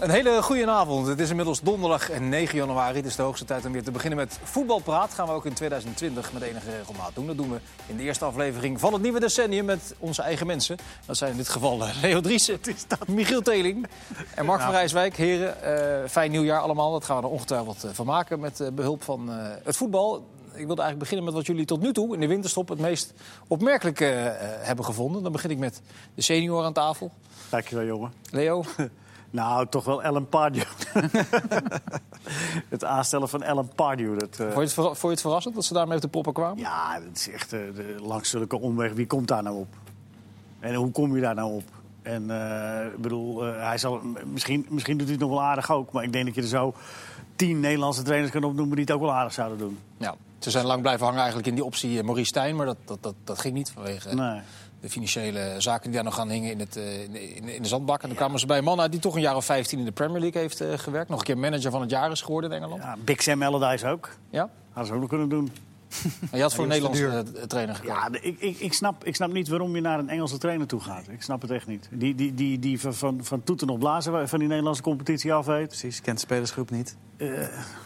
Een hele goede avond. Het is inmiddels donderdag 9 januari. Het is de hoogste tijd om weer te beginnen met voetbalpraat. Gaan we ook in 2020 met enige regelmaat doen. Dat doen we in de eerste aflevering van het nieuwe decennium met onze eigen mensen. Dat zijn in dit geval eh, Leo Driessen, Michiel Teling en Mark van Rijswijk. Heren, eh, fijn nieuwjaar allemaal. Dat gaan we er ongetwijfeld eh, van maken met eh, behulp van eh, het voetbal. Ik wilde eigenlijk beginnen met wat jullie tot nu toe in de winterstop het meest opmerkelijke eh, hebben gevonden. Dan begin ik met de senior aan tafel. Dankjewel, jongen. Leo, Nou, toch wel Ellen Pardew. het aanstellen van Ellen Pardew. Dat, eh, vond je het, verra- vond je het verrassend dat ze daarmee op de proppen kwamen? ja, dat is echt eh, de, langs zulke omweg. Wie komt daar nou op? En hoe kom je daar nou op? En eh, ik bedoel, eh, hij zal, m- misschien, misschien doet hij het nog wel aardig ook. Maar ik denk dat je er zo tien Nederlandse trainers kan opnoemen die het ook wel aardig zouden doen. Ja, ze zijn lang blijven hangen eigenlijk in die optie eh, Maurice Stijn, maar dat, dat, dat, dat ging niet vanwege eh, Nee. de financiële zaken die daar nog aan hingen in, het, eh, in, in- in de zandbak. En dan kwamen ze bij een man uit die toch een jaar of 15 in de Premier League heeft eh, gewerkt. Nog een keer manager van het jaar is geworden in Engeland. Ja? Ja, Big Sam Allardyce ook. Hadden ze ook nog kunnen doen. Maar je had voor een Nederlandse eh, trainer gekozen. Ja, de- ik, ik, ik, snap, ik snap niet waarom je naar een Engelse trainer toe gaat. Ik snap het echt niet. Die, die, die, die van, van, van toeten op blazen wa- van die Nederlandse competitie af weet. Precies, kent de spelersgroep niet. Ja,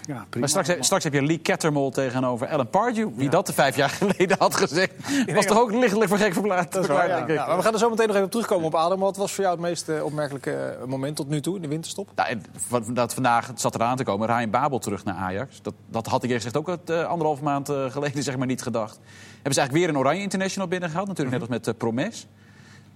prima. Maar straks, eh, straks heb je Lee Kettermol tegenover Alan Pardew. Wie dat vijf jaar geleden had gezegd, was toch ook lichtelijk voor gek verklaard. verklaard, denk ik. Ja, maar we gaan er zo meteen nog even op terugkomen op Adem. Wat was voor jou het meest eh, opmerkelijke eh, moment tot nu toe in de winterstop? Nou, en van- dat vandaag het zat eraan te komen. Ryan Babel terug naar Ajax. Dat, dat had ik eerst gezegd ook het, eh, anderhalf maand eh, geleden zeg maar, niet gedacht. Hebben ze eigenlijk weer een Oranje International binnengehaald. Natuurlijk net als met eh, Promes.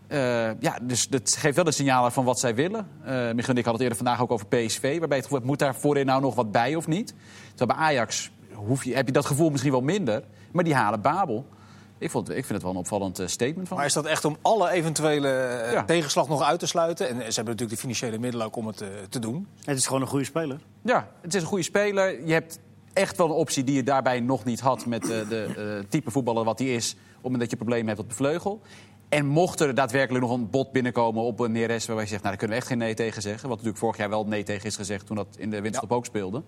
Eh, ja, dus dat geeft wel de signalen van wat zij willen. Eh Michiel en ik hadden het eerder vandaag ook over PSV. Waarbij het gevoel hebt, moet daar voorin nou nog wat bij of niet? Terwijl bij Ajax hoef je, heb je dat gevoel misschien wel minder. Maar die halen Babel. Ik, vond, ik vind het wel een opvallend eh, statement van Maar is dat echt om alle eventuele eh, Ja. tegenslag nog uit te sluiten? En eh, ze hebben natuurlijk de financiële middelen ook om het eh, te doen. Het is gewoon een goede speler. Ja, het is een goede speler. Je hebt echt wel een optie die je daarbij nog niet had... met eh, de eh, type voetballer wat hij is, op het moment dat je problemen hebt op de vleugel. En mocht er daadwerkelijk nog een bod binnenkomen op een Neres... waarbij je zegt, nou, daar kunnen we echt geen nee tegen zeggen. Wat natuurlijk vorig jaar wel nee tegen is gezegd toen dat in de winststop ook speelde.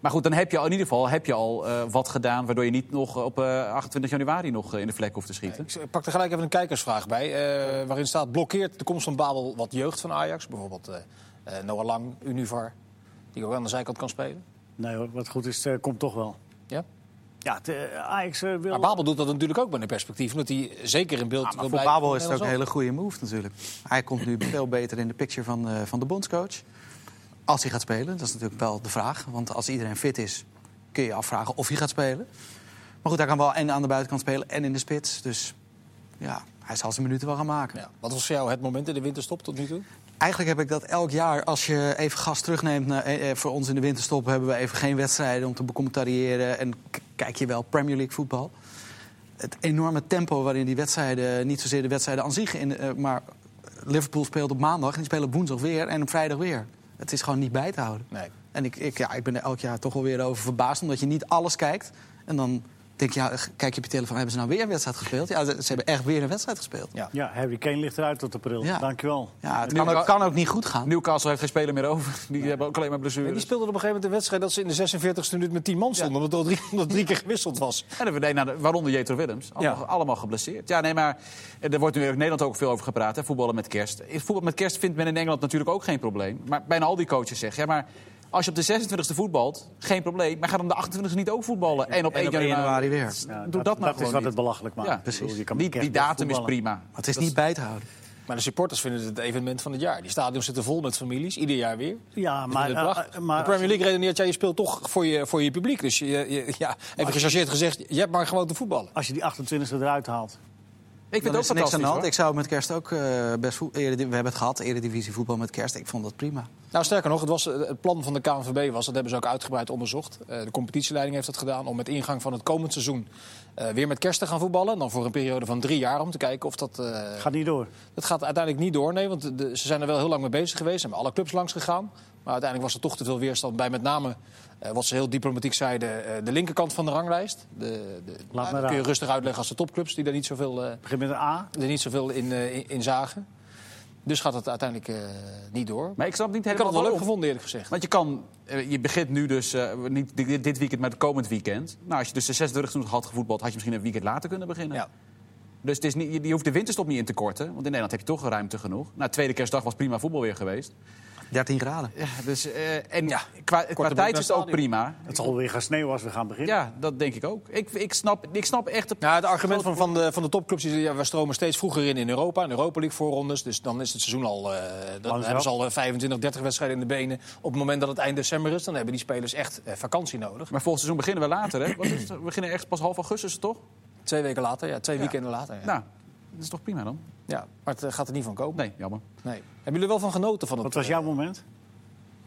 Maar goed, dan heb je al- in ieder geval heb je al eh, wat gedaan... waardoor je niet nog op eh, 28 januari nog eh, in de vlek hoeft te schieten. Ik pak er gelijk even een kijkersvraag bij. eh, waarin staat: blokkeert de komst van Babel wat jeugd van Ajax? Bijvoorbeeld eh, eh, Noah Lang, Univar, die ook aan de zijkant kan spelen. Nee hoor, wat goed is, eh, komt toch wel. Ja? Ja, het, eh, Ajax eh, wil... Maar Babel doet dat natuurlijk ook met een perspectief, omdat hij zeker in beeld maar wil voor blijven. Babel is van het ook een Nederlands hele goede move natuurlijk. Hij komt nu veel beter in de picture van, eh, van de bondscoach. Als hij gaat spelen, dat is natuurlijk wel de vraag. Want als iedereen fit is, kun je je afvragen of hij gaat spelen. Maar goed, hij kan wel en aan de buitenkant spelen en in de spits. Dus ja, hij zal zijn minuten wel gaan maken. Elftal. Ja. Wat was voor jou het moment in de winterstop tot nu toe? Eigenlijk heb ik dat elk jaar, als je even gas terugneemt... naar- eh, eh, voor ons in de winterstop hebben we even geen wedstrijden om te becommentariëren... en k- kijk je wel Premier League voetbal. Het enorme tempo waarin die wedstrijden, niet zozeer de wedstrijden aan zich... In, eh, maar Liverpool speelt op maandag en die spelen op woensdag weer en op vrijdag weer. Het is gewoon niet bij te houden. Nee. En ik, ik, ja, ik ben er elk jaar toch wel weer over verbaasd, omdat je niet alles kijkt. En dan denk je, ja, g- kijk je op je telefoon, hebben ze nou weer een wedstrijd gespeeld? Ja, ze ze hebben echt weer een wedstrijd gespeeld. Ja. Ja, Harry Kane ligt eruit tot april. Ja. Dankjewel. Ja, het Nu- kan ook, kan ook niet goed gaan. Newcastle heeft geen speler meer over. Die hebben ook alleen maar En die blessures. speelde op een gegeven moment een wedstrijd dat ze in de 46e minuut met 10 man stonden, omdat er al drie, omdat drie keer gewisseld was. En dan verdwenen naar de- waaronder Jetro Willems. Allemaal, Ja. allemaal geblesseerd. Ja, nee, maar eh, er wordt nu in Nederland ook veel over gepraat. Hè, voetballen met kerst. Eh, Voetbal met kerst vindt men in Engeland natuurlijk ook geen probleem. Maar bijna al die coaches zeggen, ja, maar als je op de 26e voetbalt, geen probleem. Maar ga dan de 28e niet ook voetballen. En op 1 En op 1 januari. januari weer. Ja, Doe dat, nou is gewoon wat niet. het belachelijk maakt. Ja, Ik bedoel, precies. je kan die, kerst die wel datum is voetballen. prima. Maar het is niet bij te houden. Maar de supporters vinden het het evenement van het jaar. Die stadions zitten vol met families, ieder jaar weer. Ja, maar, Maar, eh, eh, maar de Premier League redeneert, ja, je speelt toch voor je, voor je publiek. Dus je, je- ja, even gechargeerd gezegd, je hebt maar gewoon te voetballen. als je die 28e eruit haalt... Ik vind Dan het ook is er niks aan fantastisch. de hand. hoor. Ik zou met kerst ook eh, best voet- eredi- We hebben het gehad, eredivisie voetbal met kerst. Ik vond dat prima. Nou, sterker nog, het, was, het plan van de KNVB was, dat hebben ze ook uitgebreid onderzocht. Eh, De competitieleiding heeft dat gedaan om met ingang van het komend seizoen eh, weer met kerst te gaan voetballen. En Dan voor een periode van drie jaar om te kijken of dat. eh, Gaat niet door. dat gaat uiteindelijk niet door, nee, want de- de- ze zijn er wel heel lang mee bezig geweest. Ze hebben alle clubs langs gegaan. Maar uiteindelijk was er toch te veel weerstand bij met name, eh, wat ze heel diplomatiek zeiden, eh, de linkerkant van de ranglijst. De, de, maar nou, dat kun je raden. rustig uitleggen als de topclubs die daar niet zoveel eh, Begin met een A. er niet zoveel in, eh, in, in zagen. Dus gaat het uiteindelijk eh, niet door. Maar ik snap niet ik had helemaal het wel leuk waarom. gevonden, eerlijk gezegd. Want je kan, eh, je begint nu dus, eh, niet dit, dit weekend, maar het komend weekend. Nou, als je dus de 26 e had gevoetbald, had je misschien een weekend later kunnen beginnen. Ja. Dus het is niet, je, je hoeft de winterstop niet in te korten. Want in Nederland heb je toch ruimte genoeg. Nou, tweede kerstdag was prima voetbal weer geweest. 13 graden. Ja, dus, eh, en Ja, qua, qua broek tijd naar is het ook stadion. prima. Het zal weer gaan sneeuwen als we gaan beginnen. Ja, dat denk ik ook. Ik, ik, snap, ik snap echt... de- Nou, het argument van, van, de, van de topclubs is, ja, we stromen steeds vroeger in in Europa. In Europa League voorrondes, dus dan is het seizoen al... eh, dan Langzaam. hebben ze al eh, 25, 30 wedstrijden in de benen. Op het moment dat het eind december is, dan hebben die spelers echt eh, vakantie nodig. Maar volgend seizoen beginnen we later, hè? Wat is het? We beginnen echt pas half augustus, toch? Twee weken later, ja, twee weekenden later. Ja. Nou, dat is toch prima dan? Ja, maar het eh, gaat er niet van komen. Nee, jammer. Nee. Hebben jullie er wel van genoten van het Wat was jouw moment?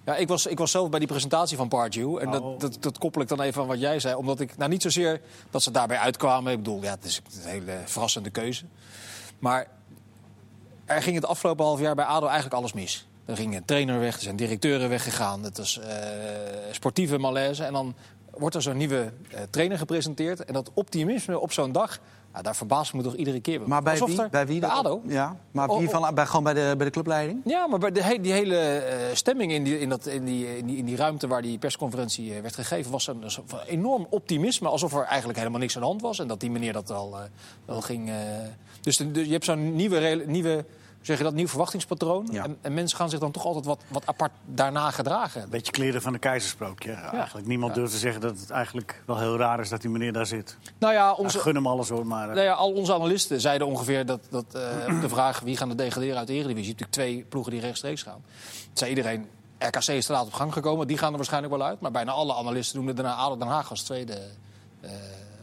Ja, ik was, ik was zelf bij die presentatie van Pardew. En dat, Oh. dat, dat koppel ik dan even aan wat jij zei. Omdat ik, nou niet zozeer dat ze daarbij uitkwamen. Ik bedoel, ja, het is een hele verrassende keuze. Maar er ging het afgelopen half jaar bij ADO eigenlijk alles mis. Er ging een trainer weg, er zijn directeuren weggegaan. Het was eh, sportieve malaise. En dan wordt er zo'n nieuwe eh, trainer gepresenteerd. En dat optimisme op zo'n dag, nou, daar verbaast ik me toch iedere keer. Maar bij Alsof wie? er- Bij wie? Bij dan? ADO. Ja, maar Oh, wie oh. Van, bij, gewoon bij de, bij de clubleiding? Ja, maar bij de, he- die hele eh, stemming in die, in, dat, in, die, in, die, in die ruimte waar die persconferentie eh, werd gegeven, was een, een enorm optimisme. Alsof er eigenlijk helemaal niks aan de hand was. En dat die meneer dat al, eh, wel ging. eh, dus, de- de- je hebt zo'n nieuwe, real- nieuwe, hoe zeg je dat, nieuw verwachtingspatroon. Ja. En, en mensen gaan zich dan toch altijd wat, wat apart daarna gedragen. Beetje kleren van de keizersprookje. Eigenlijk niemand durft te zeggen dat het eigenlijk wel heel raar is dat die meneer daar zit. Nou ja, Ik onze, gun hem alles hoor, maar... eh, Nou ja, al onze analisten zeiden ongeveer dat, dat eh, op de vraag wie gaan er degraderen uit de Eredivisie. Je hebt natuurlijk twee ploegen die rechtstreeks gaan. Het zei iedereen, RKC is te laat op gang gekomen, die gaan er waarschijnlijk wel uit. Maar bijna alle analisten noemden daarna ADO Den Haag als tweede eh,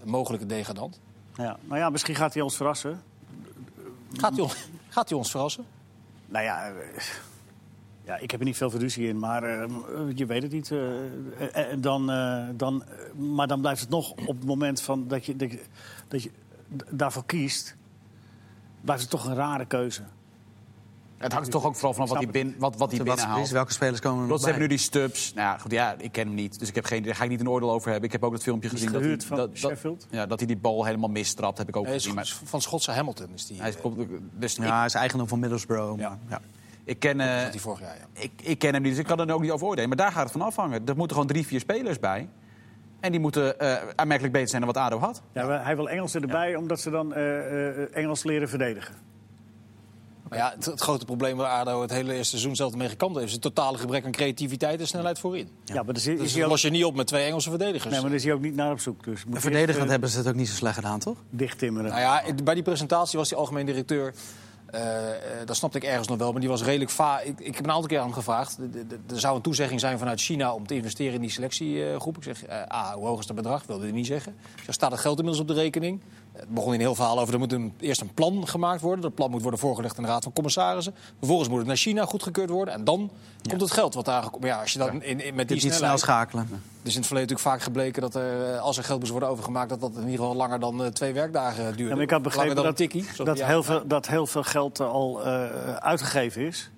mogelijke degradant. Ja. Nou ja, misschien gaat hij ons verrassen. Gaat hij ons, gaat hij ons verrassen? Nou ja, eh, ja ik heb er niet veel verduzie in, maar eh, je weet het niet. eh, eh, eh, dan, eh, dan, eh, maar dan blijft het nog op het moment van dat, je, dat, je, dat je d- daarvoor kiest, blijft het toch een rare keuze. Het hangt toch ook vooral vanaf wat Ik die, snap bin, wat, wat die Wat is- binnenhaalt. welke spelers komen er nog Rots hebben nu bij? die Stubbs. Nou ja, goed, ja, ik ken hem niet, dus ik heb geen, daar ga ik niet een oordeel over hebben. Ik heb ook dat filmpje gezien dat hij, gehuurd van dat, dat, Sheffield. ja, dat hij die bal helemaal mistrapt, heb ik ook Nee, is gezien. goed, Maar van Schotse Hamilton is die. hij is, eh, komt- dus Ja, hij is eigendom van Middlesbrough. Ah, Ja. maar- Ja. ik, ik ken... eh, zat die vorig jaar, ja. ik, ik ken hem niet, dus ik kan er ook niet over oordelen. Maar daar gaat het van afhangen. Er moeten gewoon drie, vier spelers bij. En die moeten eh, aanmerkelijk beter zijn dan wat ADO had. Ja, maar hij wil Engelsen erbij omdat ze dan eh, eh, Engels leren verdedigen. Maar ja, het, het grote probleem waar ADO het hele eerste seizoen zelf mee gekant heeft... is het totale gebrek aan creativiteit en snelheid voorin. Ja, maar daar is, Dus is dat hij ook, los je niet op met twee Engelse verdedigers. nee, maar daar is hij ook niet naar op zoek. Dus moet En hij verdedigend eerst, eh, hebben ze het ook niet zo slecht gedaan, toch? dichttimmeren. Nou ja, het- bij die presentatie was die algemeen directeur. eh, eh, dat snapte ik ergens nog wel, maar die was redelijk va. Ik, ik heb een aantal keer aan hem gevraagd. De- de- de- Er zou een toezegging zijn vanuit China om te investeren in die selectiegroep. Ik zeg, eh, ah, hoe hoog is dat bedrag? Wilde hij niet zeggen. Ik zeg, staat het geld inmiddels op de rekening? Eh, Het begon in heel verhaal over, er moet een, eerst een plan gemaakt worden. Dat plan moet worden voorgelegd aan de Raad van Commissarissen. Vervolgens moet het naar China goedgekeurd worden. En dan komt het geld wat daar gekomen. Maar ja, als je dan in, in- met Dit die niet snel snelheid... schakelen. Het is in het verleden natuurlijk vaak gebleken dat er, eh, als er geld moest worden overgemaakt, dat dat in ieder geval langer dan eh, twee werkdagen duurde. Ja, maar ik had begrepen langer dan dat, een tikkie. zoals dat, die heel jaren- veel, dat heel veel geld eh, al eh, uitgegeven is.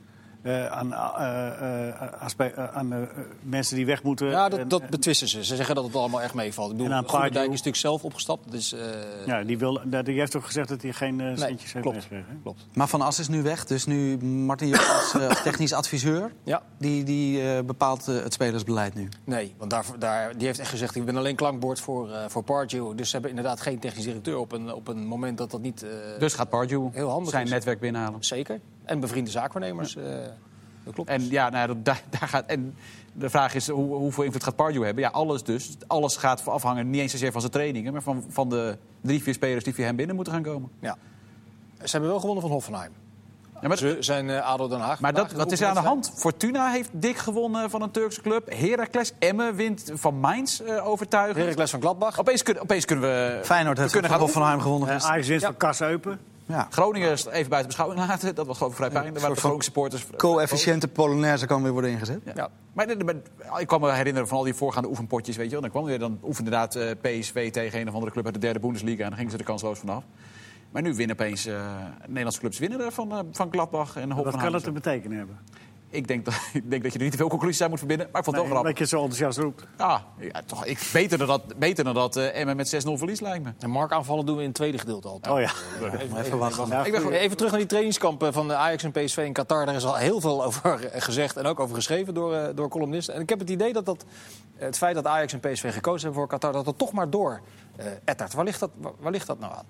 eh, aan, eh, eh, aan spe- eh, aan eh, mensen die weg moeten. Ja, dat, En- dat betwisten ze. Ze zeggen dat het allemaal echt meevalt. Ik En bedoel, aan Pardew- Goedendijk is natuurlijk zelf opgestapt. Dus, eh, ja, die, wil, nou, die heeft toch gezegd dat hij geen eh, centjes heeft klopt. meegekregen, hè? Klopt. Maar Van As is nu weg, dus nu Martin Jol als eh, als technisch adviseur. Ja, Die, die eh, bepaalt eh, het spelersbeleid nu. nee. Want daar, daar, die heeft echt gezegd, ik ben alleen klankbord voor, eh voor Pardew. Dus ze hebben inderdaad geen technisch directeur op een, op een moment dat dat niet... eh, Dus gaat Pardew Heel handig zijn is. netwerk binnenhalen. Zeker. En bevriende zaakwaarnemers. eh, dat klopt. En, ja, nou, ja, dat, daar, daar gaat, en de vraag is hoe, hoeveel invloed gaat Pardew hebben? Ja, alles dus. Alles gaat afhangen, niet eens zozeer van zijn trainingen... maar van, van de drie, vier spelers die via hem binnen moeten gaan komen. ja. Ze hebben wel gewonnen van Hoffenheim. Ja, maar Ze zijn eh ADO Den Haag. maar dat, vandaag wat is er aan de geroepen. hand? Fortuna heeft dik gewonnen van een Turkse club. Heracles Emmen wint van Mainz eh overtuigend. Heracles van Gladbach. Opeens, kun- opeens kunnen we... Feyenoord we heeft kunnen van gaan oefenen. Hoffenheim gewonnen. Eh, Dus- gisteren. Ajax wint van Kasseupen. ja. Groningen even buiten beschouwing laten. Dat was gewoon vrij pijn. Daar waren de soort Groningen supporters... Co-efficiënte Polonaise kan weer worden ingezet. Ja. Maar, dit- maar ik kwam me herinneren van al die voorgaande oefenpotjes, weet je wel. Dan kwam weer, dan oefende inderdaad eh, PSV tegen een of andere club uit de derde Bundesliga... en dan gingen ze er kansloos vanaf. Maar nu winnen opeens eh, Nederlandse clubs winnen er van, eh, van Gladbach en Wat kan Hoffenheim. dat te betekenen hebben? Ik, denk dat, ik denk dat je er niet te veel conclusies aan moet verbinden, maar ik vond het Nee, wel dat grappig. je het zo enthousiast roept. Ah, ja, toch, ik, beter dan dat, beter dan dat eh, Emmen met 6-0 verlies lijkt me. En markaanvallen doen we in het tweede gedeelte altijd. Oh ja. Even, Even wachten. ik ben gewoon even terug naar die trainingskampen van de Ajax en PSV in Qatar. Daar is al heel veel over eh, gezegd en ook over geschreven door, eh, door columnisten. En ik heb het idee dat, dat het feit dat Ajax en PSV gekozen hebben voor Qatar... dat dat toch maar door eh ettert. Waar ligt dat, waar, waar ligt dat nou aan?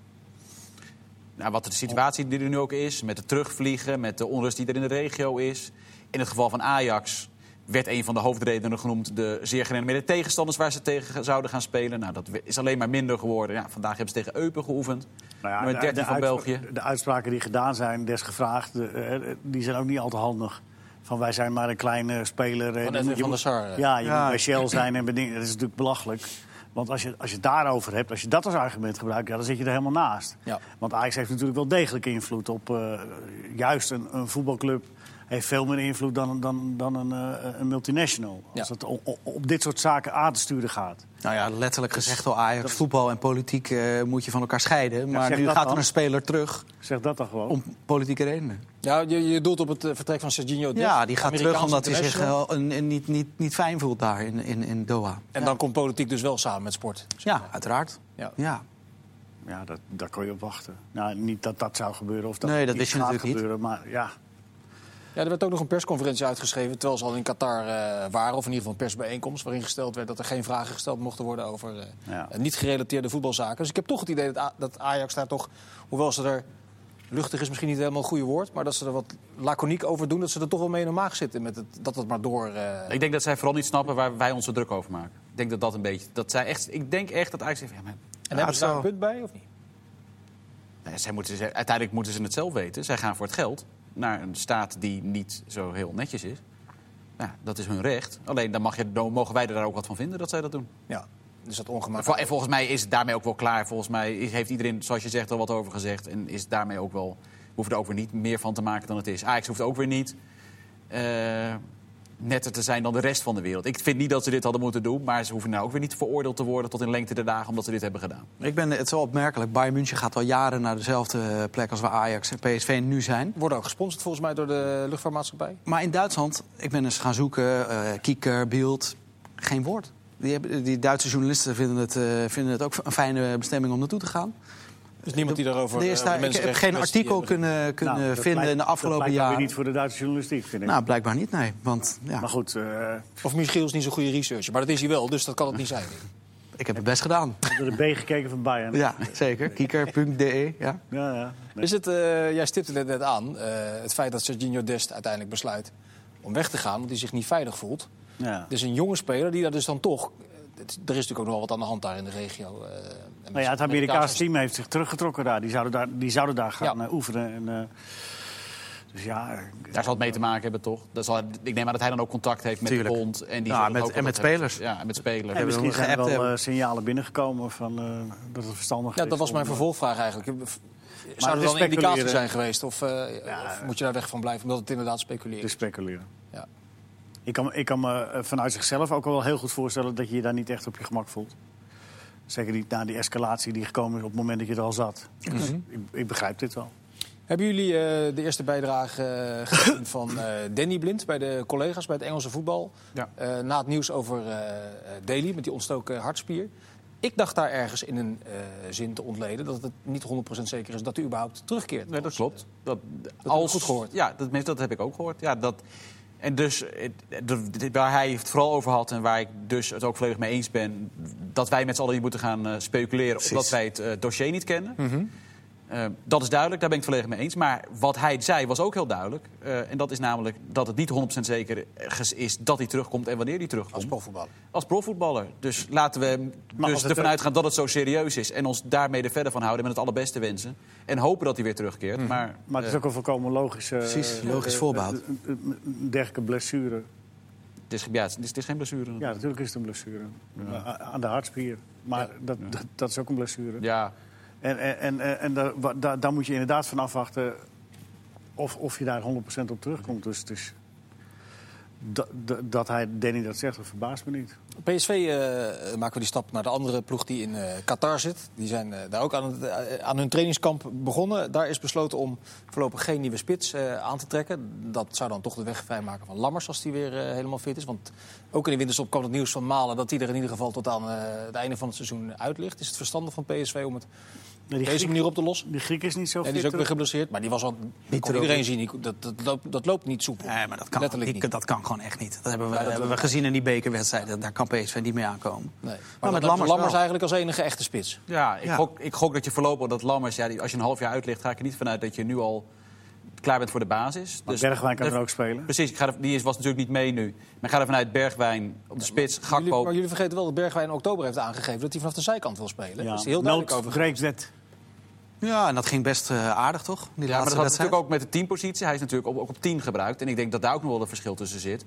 nou, wat de situatie die er nu ook is, met het terugvliegen, met de onrust die er in de regio is. In het geval van Ajax werd een van de hoofdredenen genoemd de zeer gerenommeerde tegenstanders waar ze tegen zouden gaan spelen. Nou, dat we- is alleen maar minder geworden. Ja, vandaag hebben ze tegen Eupen geoefend, Nou ja, nummer 13 van uitspra- België. De uitspraken die gedaan zijn, desgevraagd, eh, eh, die zijn ook niet al te handig. Van wij zijn maar een kleine speler. eh, Van dan moet Edwin je- van der Sar, eh. Ja, je Ja. moet bij Shell zijn en bij dingen. Dat is natuurlijk belachelijk. Want als je, als je het daarover hebt, als je dat als argument gebruikt, ja, dan zit je er helemaal naast. Ja. Want Ajax heeft natuurlijk wel degelijk invloed op. eh, juist een, een voetbalclub heeft veel meer invloed dan, dan, dan een, eh, een multinational. Ja. Als het o- o- op dit soort zaken aan te sturen gaat. Nou ja, letterlijk Dus gezegd door Ajax, voetbal en politiek eh, moet je van elkaar scheiden. Maar zeg nu dat gaat dan. er een speler terug Zeg dat dan gewoon. om politieke redenen. Ja, je, je doelt op het eh, vertrek van Serginho Dest, ja, die gaat terug Amerikaans omdat hij zich international. eh, een- een- niet, niet, niet fijn voelt daar in, in, in Doha. En dan komt politiek dus wel samen met sport. eh, Ja, uiteraard. Ja. Ja. Ja, dat, daar kon je op wachten. Nou, niet dat dat zou gebeuren of dat Nee, dat iets wist je gaat natuurlijk niet. gebeuren, Maar ja, Ja, er werd ook nog een persconferentie uitgeschreven, terwijl ze al in Qatar eh, waren, of in ieder geval een persbijeenkomst, waarin gesteld werd dat er geen vragen gesteld mochten worden over eh, Ja. eh, niet gerelateerde voetbalzaken. Dus ik heb toch het idee dat, A- dat Ajax daar toch, hoewel ze er luchtig is misschien niet helemaal het goede woord, maar dat ze er wat laconiek over doen, dat ze er toch wel mee in de maag zitten met het, dat het maar door. eh, Ik denk dat zij vooral niet snappen waar wij onze druk over maken. Ik denk dat dat een beetje. Dat zij echt, ik denk echt dat Ajax zegt. Ja, maar, en hebben ze zo. daar een punt bij of niet? nou ja, zij moeten, ze- uiteindelijk moeten ze het zelf weten. Zij gaan voor het geld naar een staat die niet zo heel netjes is. Ja, dat is hun recht. Alleen dan, mag je, dan mogen wij er daar ook wat van vinden dat zij dat doen. Ja, dus dat ongemak. Vol- En volgens mij is het daarmee ook wel klaar. Volgens mij is- heeft iedereen, zoals je zegt, al wat over gezegd. En is daarmee ook wel. We hoeven er ook weer niet meer van te maken dan het is. Ajax hoeft ook weer niet eh, netter te zijn dan de rest van de wereld. Ik vind niet dat ze dit hadden moeten doen. Maar ze hoeven nou ook weer niet veroordeeld te worden tot in lengte der dagen omdat ze dit hebben gedaan. Ik ben, het is wel opmerkelijk. Bayern München gaat al jaren naar dezelfde eh, plek als waar Ajax en PSV nu zijn. Worden ook gesponsord volgens mij door de luchtvaartmaatschappij. Maar in Duitsland, ik ben eens gaan zoeken, eh Kieker, Bild, geen woord. Die, hebben, die Duitse journalisten vinden het, eh, vinden het ook een fijne bestemming om naartoe te gaan. Dus niemand die daarover. Er eh, is over daar- de ik heb mensenrechten geen kwestie, artikel eh, kunnen, kunnen nou, dat vinden blijkt- in de dat afgelopen blijkt dan weer jaren. niet voor de Duitse journalistiek, vind ik. Nou, blijkbaar niet, nee. Want ja, maar goed, eh, Of Michiel is niet zo'n goede researcher, maar dat is hij wel, dus dat kan het niet zijn. ik heb het best gedaan. door de B gekeken van Bayern. Ja, zeker. Kieker.de, e, ja. ja, ja. Nee. Is het, eh, jij stipte het net aan, eh, het feit dat Serginho Dest uiteindelijk besluit om weg te gaan, omdat hij zich niet veilig voelt. ja. Dus een jonge speler die daar dus dan toch. het- er is natuurlijk ook nog wel wat aan de hand daar in de regio. eh, en Nou ja, het Amerikaanse team heeft zich teruggetrokken daar. Die zouden daar, die zouden daar gaan Ja. eh, oefenen. En, eh, dus ja, eh, Daar zal het mee te maken hebben, toch? Dat zal, ik neem aan dat hij dan ook contact heeft met Tuurlijk. de bond. En, die Ja, zullen met- ook wel en wat met hebben. spelers. Ja, dus en met spelers. en misschien zijn er geappt wel eh, hebben. signalen binnengekomen van, eh, dat het verstandig Ja, is. dat was om, mijn eh, vervolgvraag eigenlijk. Zou er is dan een indicatie speculeren. zijn geweest? Of, eh, of moet je daar weg van blijven, omdat het inderdaad speculeren te is? speculeren. Ja. Ik kan, ik kan me eh, vanuit zichzelf ook al wel heel goed voorstellen dat je je daar niet echt op je gemak voelt. Zeker niet na die escalatie die gekomen is op het moment dat je er al zat. Dus ik, ik begrijp dit wel. Hebben jullie eh, de eerste bijdrage eh, gezien van eh, Danny Blind bij de collega's bij het Engelse voetbal? Ja. Eh, na het nieuws over eh eh, Daly met die ontstoken hartspier. Ik dacht daar ergens in een eh, zin te ontleden dat het niet 100% zeker is dat hij überhaupt terugkeert. Nee, dat klopt. Dat, heb ik goed gehoord. Ja, dat, tenminste, dat heb ik ook gehoord. Ja, dat, en dus, eh, de- de- waar hij het vooral over had en waar ik dus het ook volledig mee eens ben... dat wij met z'n allen niet moeten gaan eh, speculeren omdat wij het eh, dossier niet kennen... Eh, dat is duidelijk, daar ben ik het volledig mee eens. Maar wat hij zei was ook heel duidelijk. Eh, en dat is namelijk dat het niet 100% zeker ergens is dat hij terugkomt en wanneer hij terugkomt. Als profvoetballer. Als profvoetballer. Dus laten we Maar als dus het ervan er- uitgaan dat het zo serieus is. En ons daarmee er verder van houden. Met het allerbeste wensen. En hopen dat hij weer terugkeert. Maar, Mhm. Maar het is eh, ook een volkomen logische... Precies, eh, logisch eh, voorbehoud. eh, eh, eh, dergelijke blessure. het is, ja, het, is, het is geen blessure. Ja. Ja, natuurlijk is het een blessure. Eh, Aan de hartspier. Maar Dat, dat, dat is ook een blessure. En, en, en, en, en daar, wa- daar, daar moet je inderdaad van afwachten of, of je daar 100% op terugkomt. Dus het is... Dat, dat, dat hij Danny dat zegt, dat verbaast me niet. PSV eh, maken we die stap naar de andere ploeg die in eh, Qatar zit. Die zijn eh, daar ook aan, het, eh, aan hun trainingskamp begonnen. Daar is besloten om voorlopig geen nieuwe spits eh, aan te trekken. Dat zou dan toch de weg vrijmaken van Lammers als die weer eh, helemaal fit is. Want ook in de winterstop kwam het nieuws van Malen dat die er in ieder geval tot aan eh, het einde van het seizoen uit ligt. Is het verstandig van PSV om het Nee, die, deze Griek, manier op te lossen. die Griek is niet zo En fit. die is ook hoor. weer geblesseerd. Maar die was al. Niet kon terug. iedereen zien. die- Dat, dat, loopt, dat loopt niet soepel. Nee, maar dat kan, Letterlijk die- niet. dat kan gewoon echt niet. Dat hebben we, dat hebben we gezien in die bekerwedstrijden. Daar kan PSV niet mee aankomen. Nee. Maar, met met Lammers Lammers, Lammers wel. eigenlijk als enige echte spits. Ja, ik, Ja. Gok, ik gok dat je voorlopig dat Lammers, ja, die- als je een half jaar uit ligt, ga ik er niet vanuit dat je nu al klaar bent voor de basis. Maar Bergwijn kan de- er ook spelen. Precies, ik ga er- die is, was natuurlijk niet mee nu. Maar ik ga er vanuit Bergwijn op de spits, Jullie, Gakpo. maar jullie vergeten wel dat Bergwijn in oktober heeft aangegeven dat hij vanaf de zijkant wil spelen. Ja. Daar is hij heel duidelijk Nood over. breekt wet. Ja, en dat ging best eh, aardig, toch? Die Ja, maar dat laatste had wedstrijd. natuurlijk ook met de teampositie. Hij is natuurlijk op- ook op 10 gebruikt. En ik denk dat daar ook nog wel een verschil tussen zit.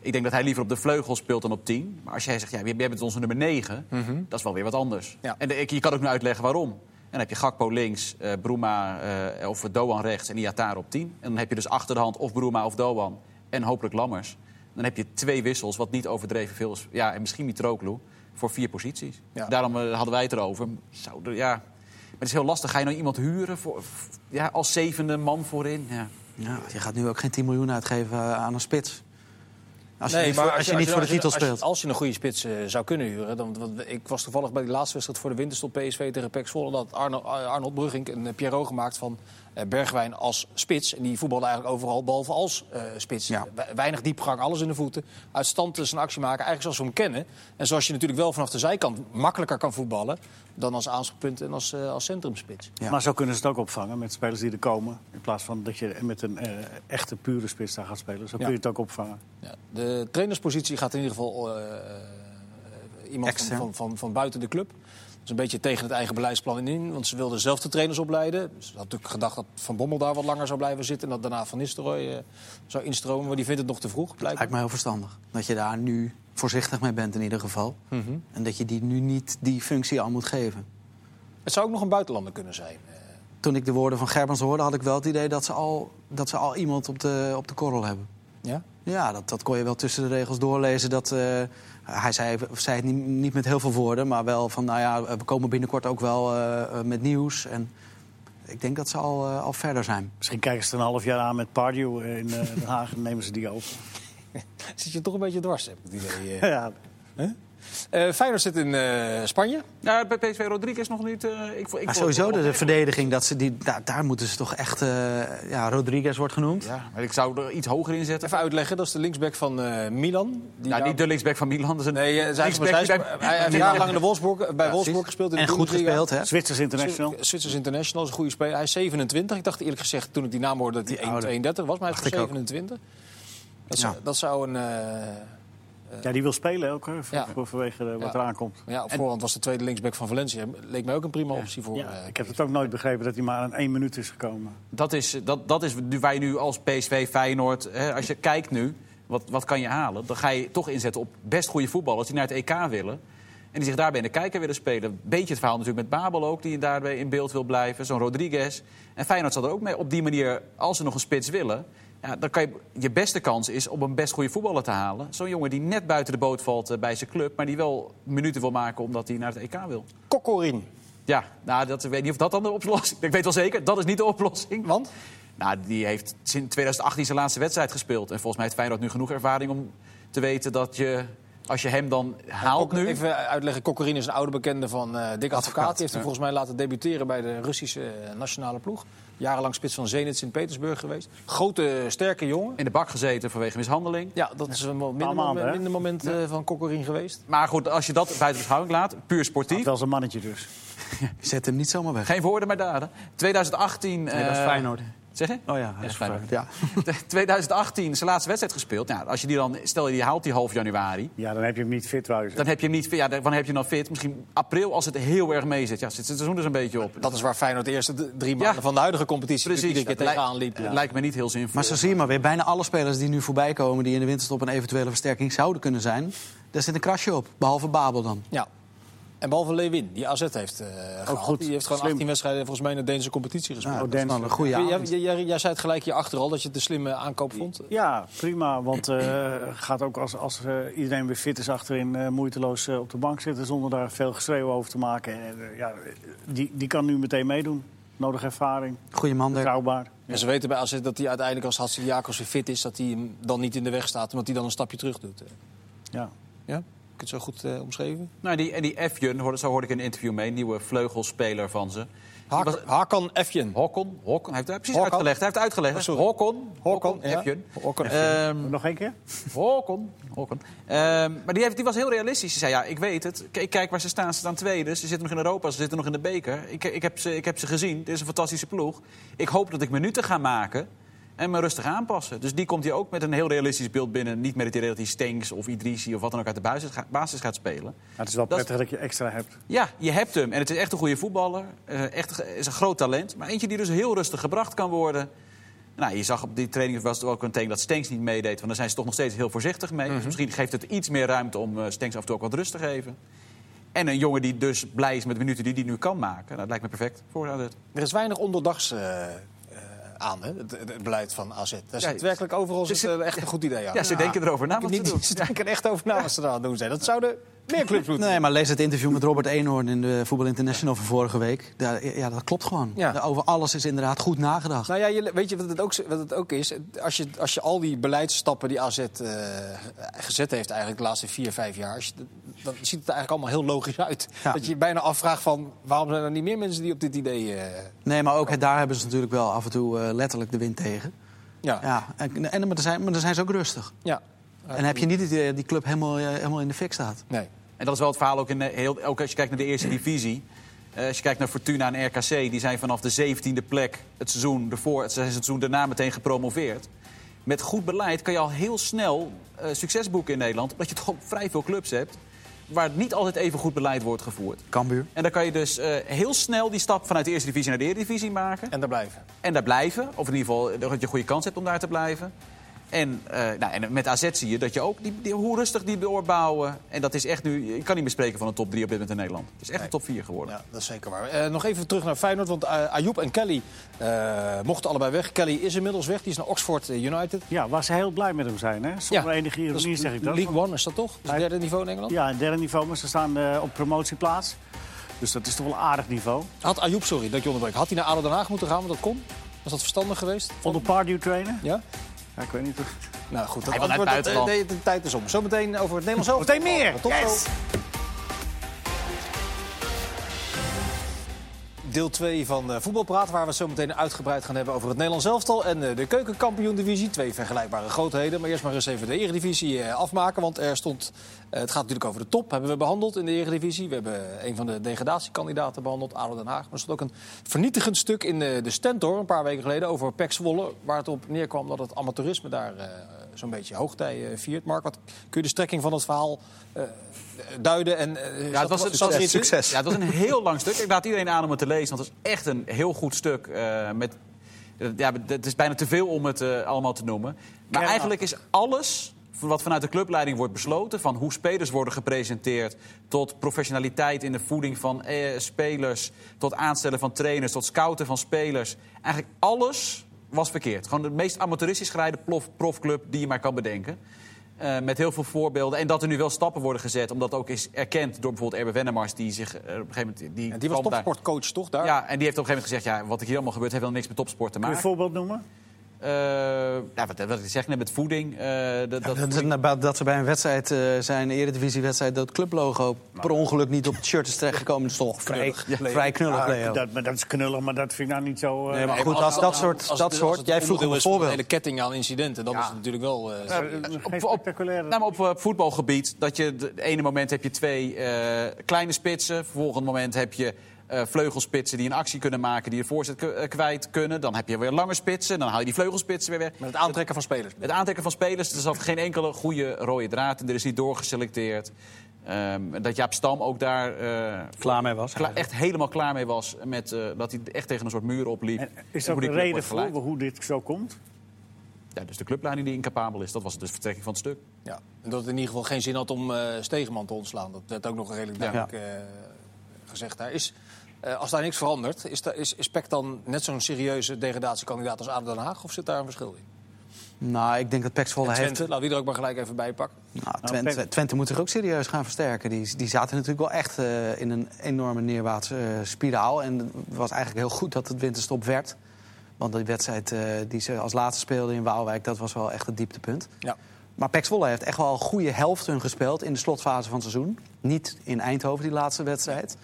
Ik denk dat hij liever op de vleugel speelt dan op 10. Maar als jij zegt, ja, jij bent onze nummer 9, Mhm. dat is wel weer wat anders. Ja. En de- ik- je kan ook nu uitleggen waarom. En dan heb je Gakpo links, eh Bruma eh, of Doan rechts en Iatare op 10. En dan heb je dus achter de hand of Bruma of Doan en hopelijk Lammers. Dan heb je twee wissels, wat niet overdreven veel is. Ja, en misschien Mitroglou voor vier posities. Ja. Daarom eh, hadden wij het erover. Zou er- ja. Maar het is heel lastig. Ga je nou iemand huren voor, f- ja, als zevende man voorin? Ja. Ja, je gaat nu ook geen 10 miljoen uitgeven eh, aan een spits. Als je Nee, niet maar voor- als je niet voor de als je- titel als je- speelt. Als je een goede spits eh, zou kunnen huren. Dan, want ik was toevallig bij die laatste wedstrijd voor de winterstop PSV tegen PEC Zwolle... dat Arno, eh, Arnold Brugging een eh, Pierrot gemaakt van eh, Bergwijn als spits. En die voetbalde eigenlijk overal, behalve als eh, spits. Ja. We- Weinig diepgang, alles in de voeten. Uit stand zijn actie maken, eigenlijk zoals we hem kennen. En zoals je natuurlijk wel vanaf de zijkant makkelijker kan voetballen... dan als aanspeelpunt en als, eh, als centrumspits. Ja. Maar zo kunnen ze het ook opvangen met spelers die er komen. In plaats van dat je met een eh, echte pure spits daar gaat spelen. Zo kun je het ook opvangen. Ja, de trainerspositie gaat in ieder geval eh, eh, iemand van, Extern. van, van, van buiten de club. Dat is een beetje tegen het eigen beleidsplan in, want ze wilden zelf de trainers opleiden. Dus Ze had natuurlijk gedacht dat Van Bommel daar wat langer zou blijven zitten... en dat daarna Van Nistelrooy eh, zou instromen, maar die vindt het nog te vroeg, blijkbaar. Lijkt mij heel verstandig. Dat je daar nu voorzichtig mee bent in ieder geval. Mhm. En dat je die nu niet die functie aan moet geven. Het zou ook nog een buitenlander kunnen zijn. eh. Toen ik de woorden van Gerbrands hoorde, had ik wel het idee dat ze al, dat ze al iemand op de, op de korrel hebben. ja? Ja, dat, dat kon je wel tussen de regels doorlezen. Dat, eh, hij zei, zei het niet, niet met heel veel woorden, maar wel van... nou ja, we komen binnenkort ook wel eh, eh, met nieuws. En ik denk dat ze al, eh, al verder zijn. Misschien kijken ze er een half jaar aan met Pardew in eh, Den Haag en nemen ze die over. Zit je toch een beetje dwars, heb ik het idee. eh. ja, Eh, Feyenoord zit in eh, Spanje. Nou, bij PSV Rodriguez nog niet. eh, ik, vo- ik Maar vo- sowieso de, de verdediging, dat ze die, daar, daar moeten ze toch echt... eh, ja, Rodriguez wordt genoemd. Ja, maar ik zou er iets hoger in zetten. Even uitleggen, dat is de linksback van eh, Milan. Die nou, daar- niet de linksback van Milan. Dat is een Nee, eh, het is eigenlijk linksback maar zij- die bij- hij heeft Ja, jarenlang in de Wolfsburg, bij Wolfsburg precies. gespeeld. In de En goed Bundesliga. gespeeld, hè? Zwitsers international. Zwitser- Zwitsers International is een goede speler. Hij is 27. Ik dacht eerlijk gezegd toen ik die naam hoorde dat hij 1,32 was, maar hij is Dacht ik ook. 27. Dat, Ja. zou, dat zou een. eh, Ja, die wil spelen ook hè, voor- Ja. voor- vanwege eh, wat Ja. er aankomt. ja, op voorhand was de tweede linksback van Valencia. Leek mij ook een prima optie voor. Ja, eh, ik heb het ook nooit begrepen dat hij maar aan één minuut is gekomen. Dat is, dat, dat is nu- waar je nu als PSV, Feyenoord... Hè, als je kijkt nu, wat, wat kan je halen? Dan ga je toch inzetten op best goede voetballers die naar het EK willen. En die zich daarbij in de kijker willen spelen. Beetje het verhaal natuurlijk met Babel ook, die daarbij in beeld wil blijven. Zo'n Rodriguez. En Feyenoord zal er ook mee op die manier, als ze nog een spits willen... Ja, dan kan je, je beste kans is om een best goede voetballer te halen. Zo'n jongen die net buiten de boot valt eh, bij zijn club... maar die wel minuten wil maken omdat hij naar het EK wil. Kokorin. Ja, nou, dat, ik weet niet of dat dan de oplossing is. Ik weet wel zeker, dat is niet de oplossing. Want? Nou, die heeft sinds 2018 zijn laatste wedstrijd gespeeld. En volgens mij heeft Feyenoord nu genoeg ervaring om te weten dat je... Als je hem dan haalt Kok- nu... Even uitleggen. Kokorin is een oude bekende van eh Dick Advocaat. Die heeft hem ja. volgens mij laten debuteren bij de Russische eh, nationale ploeg. Jarenlang spits van Zenit Sint-Petersburg geweest. Grote, sterke jongen. In de bak gezeten vanwege mishandeling. Ja, dat is een wat minder, maanden, moment- hè? minder moment eh, van Kokorin geweest. Maar goed, als je dat buiten beschouwing laat, puur sportief. Wel zijn mannetje dus. Zet hem niet zomaar weg. Geen woorden, maar daden. 2018... Nee, dat is eh, Feyenoord. Zeg je? Oh ja, hij Ja, is Feyenoord. vervelend, ja. 2018 zijn laatste wedstrijd gespeeld. Nou, als je die dan, stel je die haalt die half januari. Ja, dan heb je hem niet fit trouwens. Dan heb je hem niet, ja, dan wanneer heb je hem dan fit? Misschien april als het heel erg mee zit. Ja, zit het seizoen dus een beetje op. Dat is waar Feyenoord de eerste d- drie maanden Ja. van de huidige competitie Precies, natuurlijk iedere keer dat tegenaan lijkt- liep. Het lijkt me niet heel zinvol. Maar zo zie je maar weer, bijna alle spelers die nu voorbij komen... die in de winterstop een eventuele versterking zouden kunnen zijn... daar zit een krasje op, behalve Babel dan. Ja. En behalve Lewin, die AZ heeft eh gehaald. goed, Die heeft gewoon slim. 18 wedstrijden volgens mij in de Deense competitie gespeeld. Nou, dat is Dennis. wel een goede Jij- avond. jij, jij, jij zei het gelijk hierachter al, dat je het een slimme aankoop vond. Ja, prima. Want eh, gaat ook als, als eh, iedereen weer fit is achterin eh, moeiteloos eh, op de bank zitten zonder daar veel geschreeuw over te maken. En, eh, ja, die, die kan nu meteen meedoen. Nodig ervaring, Goede man, Dirk. betrouwbaar. En ze weten bij AZ dat hij uiteindelijk als Hatsidiakos weer fit is... dat hij hem dan niet in de weg staat, omdat hij dan een stapje terug doet. Ja. Ja? Heb ik het zo goed eh, omschreven? Nou, die, en die Efjun, hoorde- zo hoorde ik in een interview mee, een nieuwe vleugelspeler van ze. Hakan, Hakan Efjen. Hokon, Hokon, hij heeft het precies Hokon. uitgelegd. Hij heeft het Oh, uitgelegd. sorry. Hokon, Hokon, ja. Efjen. Hakan Efjen. Eh, Ehm, Nog één keer? Hokon. Hokon. Ehm, maar die, heeft, die was heel realistisch. Die zei, ja, ik weet het. K- Ik kijk waar ze staan. Ze staan tweede. Ze zitten nog in Europa. Ze zitten nog in de beker. Ik, ik, heb, ze, ik heb ze gezien. Dit is een fantastische ploeg. Ik hoop dat ik minuten ga maken en me rustig aanpassen. Dus die komt hier ook met een heel realistisch beeld binnen. Niet met het idee dat hij Stenks of Idrisi of wat dan ook uit de basis, gaat- basis gaat spelen. Nou, het is wel Dat is- prettig dat je extra hebt. Ja, je hebt hem. En het is echt een goede voetballer. Eh, echt een- is een groot talent. Maar eentje die dus heel rustig gebracht kan worden. Nou, je zag op die training was het ook een teken dat Stenks niet meedeed. Want daar zijn ze toch nog steeds heel voorzichtig mee. Dus misschien geeft het iets meer ruimte om eh, Stenks af en toe ook wat rust te geven. En een jongen die dus blij is met de minuten die hij nu kan maken. Nou, dat lijkt me perfect voor AZ. Er is weinig onderdags eh, eh, aan, hè? Het, het- het beleid van AZ. Daar Ja, zit werkelijk overal ze- zit, eh, echt een goed idee aan. Ja, ze denken erover na wat ze niet, doen. Ze denken er echt over na wat ze eraan doen zijn. Dat zouden meer clubs moeten Nee, maar lees het interview met Robert Eenhoorn in de Voetbal International van vorige week. Daar, ja, dat klopt gewoon. Ja. Daar- Over alles is inderdaad goed nagedacht. Nou ja, je, weet je wat het ook, wat het ook is? Als je, als je al die beleidsstappen die AZ eh, gezet heeft eigenlijk de laatste vier, vijf jaar... als je- dan ziet het er eigenlijk allemaal heel logisch uit. Ja. Dat je je bijna afvraagt van... waarom zijn er niet meer mensen die op dit idee... eh, Nee, maar ook hè, daar hebben ze natuurlijk wel af en toe eh, letterlijk de wind tegen. ja. Ja. Ja, en, en, maar, dan zijn, maar dan zijn ze ook rustig. En dan heb je niet het idee dat die club helemaal, eh, helemaal in de fik staat. Nee. En dat is wel het verhaal ook, in, de heel, ook als je kijkt naar de eerste divisie. Eh, als je kijkt naar Fortuna en RKC, die zijn vanaf de 17e plek het seizoen ervoor, het seizoen daarna meteen gepromoveerd. Met goed beleid kan je al heel snel eh, succes boeken in Nederland. Omdat je toch ook vrij veel clubs hebt waar niet altijd even goed beleid wordt gevoerd. Cambuur. En dan kan je dus eh, heel snel die stap vanuit de eerste divisie naar de eredivisie maken. En daar blijven. En daar blijven. Of in ieder geval eh, dat je een goede kans hebt om daar te blijven. En, eh, nou, en met AZ zie je dat je ook die, die- hoe rustig die doorbouwen. En dat is echt nu. Je kan niet meer spreken van een top 3 op dit moment in Nederland. Het is echt een top 4 geworden. Ja, dat is zeker waar. Eh, nog even terug naar Feyenoord, want eh, Ayoub en Kelly eh, mochten allebei weg. Kelly is inmiddels weg, die is naar Oxford eh, United. Ja, waar ze heel blij met hem zijn, hè? Zonder enige Dat is ironie zeg ik dat. League One is dat toch? Dat is het derde niveau in Engeland? Ja, in derde niveau, maar ze staan eh, op promotieplaats. Dus dat is toch wel een aardig niveau. Had Ayoub, sorry dat ik je onderbreek, had hij naar ADO Den Haag moeten gaan, want dat kon? Was dat verstandig geweest? Onder Pardew trainen? Ja? Ja, ik weet niet of... Nou goed, dat Hij wil naar het antwoord, dat, eh, buitenland. de, de tijd is om. Zometeen over het Nederlands zelf. Meteen meer! Tot Yes! zo. Deel 2 van eh, Voetbalpraat, waar we het zo meteen uitgebreid gaan hebben over het Nederlands elftal en eh, de keukenkampioen-divisie. Twee vergelijkbare grootheden, maar eerst maar eens even de eredivisie eh, afmaken. Want er stond, eh, het gaat natuurlijk over de top, hebben we behandeld in de eredivisie. We hebben een van de degradatiekandidaten behandeld, ADO Den Haag. Maar er stond ook een vernietigend stuk in eh, de Stentor een paar weken geleden over Pek Zwolle. Waar het op neerkwam dat het amateurisme daar eh, zo'n beetje hoogtij eh, viert. Mark, wat kun je de strekking van het verhaal eh, duiden? En, eh, Ja, het was, zat- het zat er was- iets in? Ja, het was een heel lang stuk. Ik raad iedereen aan om het te lezen. Want het is echt een heel goed stuk. eh, met, eh, ja, het is bijna te veel om het eh, allemaal te noemen. Maar Ja. eigenlijk is alles van wat vanuit de clubleiding wordt besloten... van hoe spelers worden gepresenteerd... tot professionaliteit in de voeding van eh, spelers... tot aanstellen van trainers, tot scouten van spelers. Eigenlijk alles was verkeerd. Gewoon de meest amateuristisch gerijde plof- profclub die je maar kan bedenken. Eh, met heel veel voorbeelden. En dat er nu wel stappen worden gezet. Omdat ook is erkend door bijvoorbeeld Erbe Wennemars. Die zich eh, op een gegeven moment. Die, En die was kwam daar- topsportcoach, toch? Daar? Ja, en die heeft op een gegeven moment gezegd: ja, wat ik hier allemaal gebeurt, heeft wel niks met topsport te Kun je een maken. voorbeeld noemen? Eh ja, wat, wat ik zeg net met voeding. eh, dat, dat, Dat, dat, dat ze bij een wedstrijd eh, zijn, een eredivisiewedstrijd, dat clublogo per ongeluk niet op het shirt is terechtgekomen. Dat is toch vrij, Ah, Knullig. Ja. vrij knullig, Ja, Leo. Ah, dat, maar dat is knullig, maar dat vind ik nou niet zo... eh, Nee, maar goed, als dat soort, Als dat het- als soort het jij vroeg onderdeel om een is van voorbeeld. hele ketting aan incidenten, dan is het natuurlijk wel... eh, Geen op- op- spectaculaire... Nou, maar op eh, voetbalgebied, dat je de- het ene moment heb je twee eh, kleine spitsen. Volgend moment heb je eh, vleugelspitsen die een actie kunnen maken, die de voorzet k- eh, kwijt kunnen. Dan heb je weer lange spitsen, dan haal je die vleugelspitsen weer weg. met het aantrekken van spelers. Het aantrekken van spelers, er zat geen enkele goede rode draad in. Er is niet doorgeselecteerd. Ehm, dat Jaap Stam ook daar eh, Klaar mee was. kla- echt helemaal klaar mee was. Met, eh, dat hij echt tegen een soort muur opliep. Nou, En is En dat hoe die een club reden wordt voor geleid. hoe dit zo komt? Ja, dus de clubleiding die incapabel is. Dat was dus de vertrekking van het stuk. Ja. En dat het in ieder geval geen zin had om eh, Stegeman te ontslaan. Dat werd ook nog redelijk duidelijk eh, gezegd. Daar is, eh, als daar niks verandert, is, daar, is, is PEC dan net zo'n serieuze degradatiekandidaat als ADO Den Haag? Of zit daar een verschil in? Nou, ik denk dat Pek Zwolle En heeft... Twente, laten we die er ook maar gelijk even bij pakken. Nou, Twente, Twente- Twente moet zich ook serieus gaan versterken. Die, die zaten natuurlijk wel echt eh, in een enorme neerwaartse eh, spiraal. En het was eigenlijk heel goed dat het winterstop werd. Want die wedstrijd eh, die ze als laatste speelden in Waalwijk... dat was wel echt het dieptepunt. Ja. Maar Pek Zwolle heeft echt wel een goede helft hun gespeeld in de slotfase van het seizoen. Niet in Eindhoven, die laatste wedstrijd.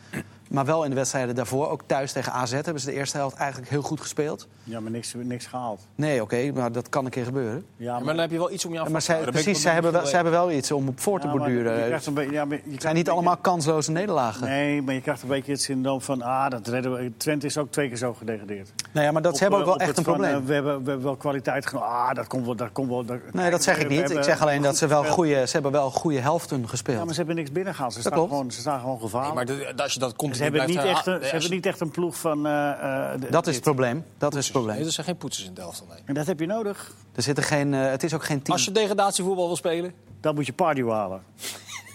Maar wel in de wedstrijden daarvoor, ook thuis tegen AZ, hebben ze de eerste helft eigenlijk heel goed gespeeld. Ja, maar niks, niks gehaald. Nee, oké, maar dat kan een keer gebeuren. Ja, maar dan heb je wel iets om je af te maar eh, zij, houden. Dan ben ik precies, wel zij hebben, wel, heel zij hebben wel iets om op voor te Ja, maar borduren. je Het krijgt een beetje- ja, maar je krijgt zijn een niet beetje- allemaal kansloze nederlagen. Nee, maar je krijgt een beetje het syndroom van... ah, dat redden we. Twente is ook twee keer zo gedegradeerd. Nou ja, maar dat Op, ze hebben ook eh, wel op echt het een van, probleem. eh, we, hebben, we hebben wel kwaliteit genomen. Ah, dat komt wel... Dat komt wel dat, Nee, dat zeg ik we niet. Ik hebben zeg alleen dat ze wel gespeeld. goede, ze hebben wel goede helften gespeeld. Ja, maar ze hebben niks binnengehaald. Ze, staan klopt. gewoon, ze staan gewoon Nee, gevaarlijk. maar de- als je dat continu ze hebben, blijft niet echt, herhalen- een, ze hebben niet echt een ploeg van... eh, eh, de- dat is het probleem. Dat is het Nee, probleem. er zijn geen poetsers in Delft. Nee. En dat heb je nodig. Er zitten geen, eh, het is ook geen team. Als je degradatievoetbal wil spelen, Dan moet je party halen.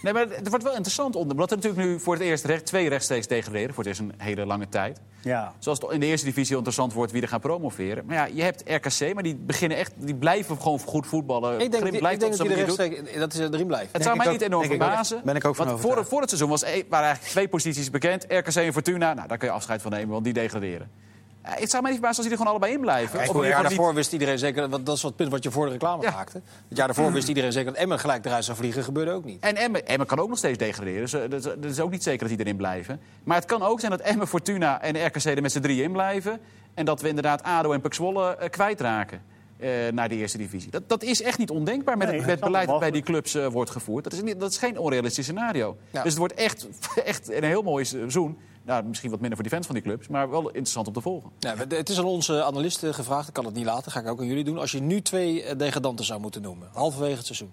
Nee, maar het wordt wel interessant onder. Omdat er natuurlijk nu voor het eerst recht, twee rechtstreeks degraderen. Voor het eerst een hele lange tijd. Ja. Zoals het in de eerste divisie interessant wordt wie er gaan promoveren. Maar ja, je hebt RKC, maar die, beginnen echt, die blijven gewoon goed voetballen. ik denk, Grim dat die- ik blijft denk op Eh, dat die zijn manier de doen. rechtstreeks- dat is erin blijft. Het zou ik mij ook. niet enorm Denk ik ook. verbazen. Ben ik ook van want voor, overtuigd. voor het seizoen was, eh, waren eigenlijk twee posities bekend. RKC en Fortuna, nou, daar kun je afscheid van nemen, want die degraderen. Eh, het zou mij niet verbazen als die er gewoon allebei in blijven. Kijk, Op het een jaar manier van daarvoor wist iedereen zeker... Want dat is wat punt wat je voor de reclame Ja. maakte. Het jaar daarvoor wist iedereen zeker dat Emmen gelijk eruit zou vliegen. Gebeurde ook niet. die- En Emmen, Emmen kan ook nog steeds degraderen. Dus, eh, dat is- dat is ook niet zeker dat die erin blijven. Maar het kan ook zijn dat Emmen, Fortuna en RKC er met z'n drieën in blijven. En dat we inderdaad ADO en PEC Zwolle eh, kwijtraken. eh, naar de eerste divisie. Dat, dat is echt niet ondenkbaar met Nee, het dat met is beleid dat bij mogelijk. die clubs eh, wordt gevoerd. Dat is, niet, dat is geen onrealistisch scenario. Ja. Dus het wordt echt, echt een heel mooi seizoen. Nou, misschien wat minder voor die fans van die clubs, maar wel interessant om te volgen. Nou, we- het is aan onze analisten gevraagd. Ik kan het niet laten. Ga ik ook aan jullie doen. Als je nu twee eh, degradanten zou moeten noemen. Halverwege het seizoen.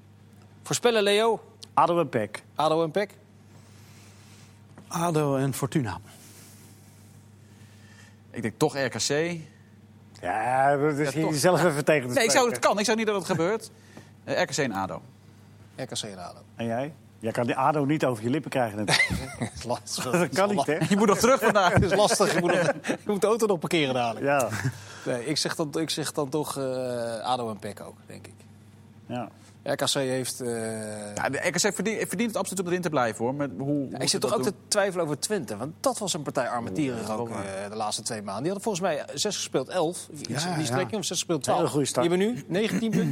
Voorspellen Leo, Adem en Peck. ADO en E PEC. ADO en Fortuna. Ik denk toch RKC. Nee, Ja, dat is Ja, hier toch. zelf even tegen te ik zou, het spreken. kan. Ik zou niet dat het gebeurt. Eh, RKC en ADO. RKC en ADO. En jij? Jij kan die ADO niet over je lippen krijgen. natuurlijk. Dat is lastig. dat kan niet, hè? Je moet nog terug vandaag. Dat is lastig. Je moet, nog- je moet de auto nog parkeren dadelijk. Ja. Nee, ik, zeg dan, ik zeg dan toch eh, ADO en PEC ook, denk ik. ja. RKC heeft... eh, Ja, de RKC verdient, verdient het absoluut om erin te blijven hoor. Maar hoe, Ja, ik zit toch ook te twijfelen over Twente. Want dat was een partij armetierig ook eh, de laatste twee maanden. Die hadden volgens mij eh, zes gespeeld elf. Iets in Ja, die ja. strekking. Of zes gespeeld Hele twaalf. goede start. Die hebben nu 19 punten.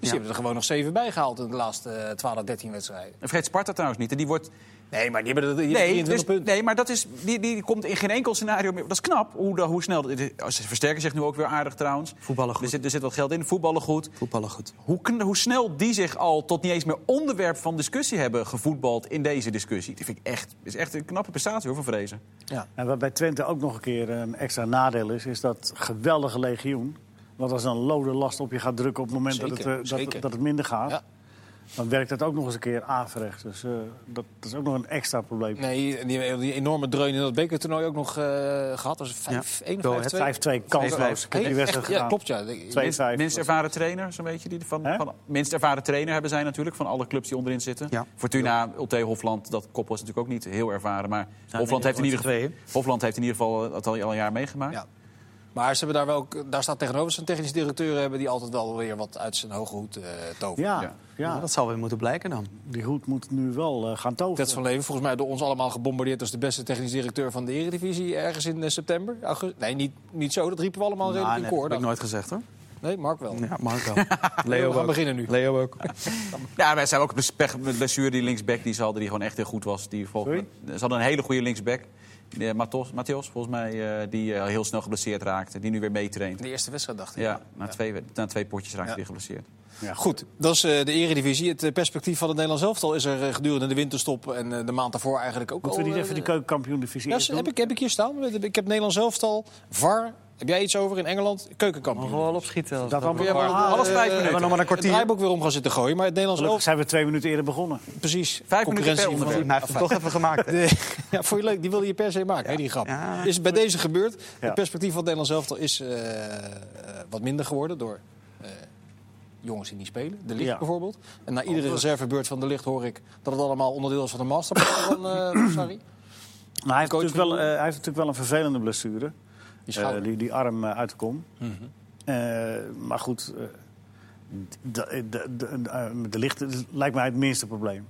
Dus die Ja. hebben er gewoon nog zeven bij gehaald in de laatste eh, 12, 13 wedstrijden. En vergeet Sparta trouwens niet. En die wordt Nee, maar die hebben er die hebben Nee, 23 dus- punten. nee, maar dat is, die, die komt in geen enkel scenario meer. Dat is knap, hoe, de- hoe snel... Ze versterken zich nu ook weer aardig trouwens. Voetballen goed. Er zit, er zit wat geld in, voetballen goed. Voetballen goed. Hoe, kn- hoe snel die zich al tot niet eens meer onderwerp van discussie hebben gevoetbald in deze discussie. Dat vind ik echt, is echt een knappe prestatie hoor, van Vrezen. Ja. En wat bij Twente ook nog een keer een extra nadeel is, is dat geweldige legioen. Want als een lode last op je gaat drukken op het moment dat, Zeker, het, eh, zeker. dat, dat het minder gaat, Ja. dan werkt dat ook nog eens een keer averechts. Dus eh, dat, dat is ook nog een extra probleem. Nee, en die hebben die enorme dreun in dat bekertoernooi ook nog eh, gehad. Dat was 5-1 Go of 5-2. Ahead, 5-2 kansloos. Ik heb die Echt, wedstrijd Ja, gedaan. klopt ja. Ik- Minst, 2-5. minst ervaren trainer, zo'n beetje. Die er van, Hè? van, minst ervaren trainer hebben zij natuurlijk, van alle clubs die onderin zitten. Ja. Fortuna, Ulte, Hofland, dat koppel is natuurlijk ook niet heel ervaren. Maar Hofland, inmiddels heeft in ieder geval, tweeën. Hofland heeft in ieder geval eh, het al, al een jaar meegemaakt. Ja. Maar ze hebben daar wel, ook- daar staat tegenover zijn technische directeur hebben die altijd wel weer wat uit zijn hoge hoed eh toveren. Ja, Ja. ja. Ja, Nou, dat zal weer moeten blijken dan. die hoed moet nu wel eh, gaan toveren. Ted van Leven, volgens mij door ons allemaal gebombardeerd als de beste technisch directeur van de Eredivisie ergens in eh, september. augustus. Nee, niet, niet zo, dat riepen we Nou, allemaal redelijk nee, in dat koor. heb ik dan. nooit gezegd hoor. Nee, Mark wel. Ja, Marco. we Leo gaan ook. beginnen nu. Leo ook. Ja, maar ze hebben ook een pech met blessure, die linksback die ze hadden, die gewoon echt heel goed was. Die volgens, ze hadden een hele goede linksback. Eh, Matos, Matheos, volgens mij, eh, die eh, heel snel geblesseerd raakte. Die nu weer meetraint. De eerste wedstrijd dacht ik. Ja, na, Twee, na twee potjes raakte Ja. hij geblesseerd. Ja. Goed, dat is eh, de Eredivisie. Het eh, perspectief van het Nederlands elftal is er eh, gedurende de winterstop en eh, de maand daarvoor eigenlijk ook Moeten we al, niet eh, even die keukenkampioen-divisie Ja, eerst doen? heb ik, heb ik hier staan. Ik heb Nederlands elftal, VAR. Heb jij iets over in Engeland? Keukenkampioen. wel opschieten. Dat allemaal Ja, maar maar we moeten, Alles vijf eh, minuten. We nog maar een kwartier. Het draaiboek weer om gaan zitten gooien. Maar het Nederlands Gelukkig elftal, zijn we twee minuten eerder begonnen. precies. per concurrentie onderwerp. van- Hij heeft hem toch even gemaakt. De- ja, vond je leuk? Die wilde je per se maken, hè, die grap. Ja. Is bij deze gebeurd. Ja. Het perspectief van het Nederlands elftal is eh, eh, wat minder geworden door eh, jongens die niet spelen. De Ligt Ja. bijvoorbeeld. En na iedere reservebeurt van De Ligt hoor ik dat het allemaal onderdeel is van de masterplan van eh Sarri. Maar hij, heeft Coach natuurlijk wel, eh, hij heeft natuurlijk wel een vervelende blessure. Die Eh, schouder. die, die arm eh, uit de kom. Eh, maar goed, eh, d- d- d- eh, de licht lijkt mij het minste probleem.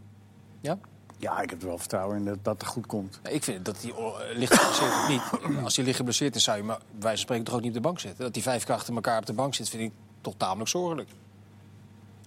Ja? Ja, ik heb er wel vertrouwen in dat, dat het goed komt. Nee, Ik vind dat die oh, eh, Ligt geblesseerd of niet. Als die Ligt geblesseerd is, zou je maar bij wijze van spreken toch ook niet op de bank zitten. Dat die vijf krachten elkaar op de bank zit, vind ik toch tamelijk zorgelijk.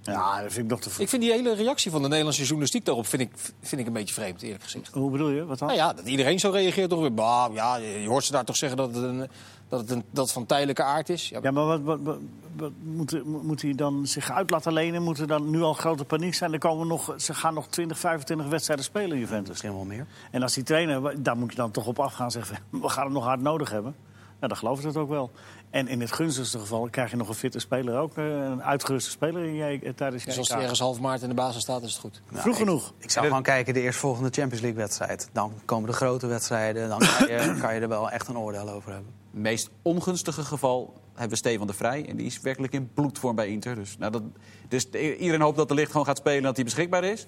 Ja, dat vind ik nog te vroeg. Ik vind die hele reactie van de Nederlandse journalistiek daarop vind ik, vind ik een beetje vreemd, eerlijk gezegd. Hoe bedoel je? Wat dan? Nou ja, dat iedereen zo reageert toch weer. Bah, ja, je hoort ze daar toch zeggen dat het, een, dat het een, dat het van tijdelijke aard is. Ja, Ja, maar wat, wat, wat, wat moet, moet hij dan zich uit laten lenen? Moet er dan nu al grote paniek zijn? Er komen nog, ze gaan nog 20, 25 wedstrijden spelen, Juventus. Misschien wel meer. En als die trainer, wa- daar moet je dan toch op afgaan zeggen... we gaan hem nog hard nodig hebben. Nou, dan geloven ze het ook wel. En in het gunstigste geval krijg je nog een fitte speler ook. eh, Een uitgeruste speler in je, eh, tijdens je dus als EK. hij ergens half maart in de basis staat, is het goed. Vroeg genoeg. Ik zou gewoon kijken de eerstvolgende Champions League wedstrijd. Dan komen de grote wedstrijden. Dan kan je, kan je er wel echt een oordeel over hebben. Het meest ongunstige geval hebben we Stefan de Vrij. En die is werkelijk in bloedvorm bij Inter. Dus, nou, dat, dus i- iedereen hoopt dat de licht gewoon gaat spelen en dat hij beschikbaar is.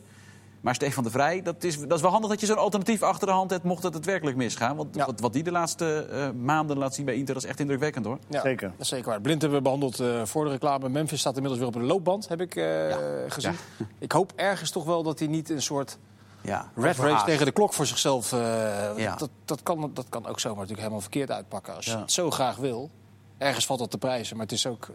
Maar Stefan de Vrij, dat is, dat is wel handig dat je zo'n alternatief achter de hand hebt... mocht dat het werkelijk misgaan. Want Ja. wat, wat die de laatste eh, maanden laat zien bij Inter, dat is echt indrukwekkend, hoor. Ja, Zeker. Dat is zeker waar. Blind hebben we behandeld eh, voor de reclame. Memphis staat inmiddels weer op een loopband, heb ik eh, gezien. Ik hoop ergens toch wel dat hij niet een soort Ja, red race overhaast. tegen de klok voor zichzelf... eh, Ja. dat, dat, kan, dat kan ook zomaar natuurlijk helemaal verkeerd uitpakken. Als je het zo graag wil, ergens valt dat te prijzen. Maar het is ook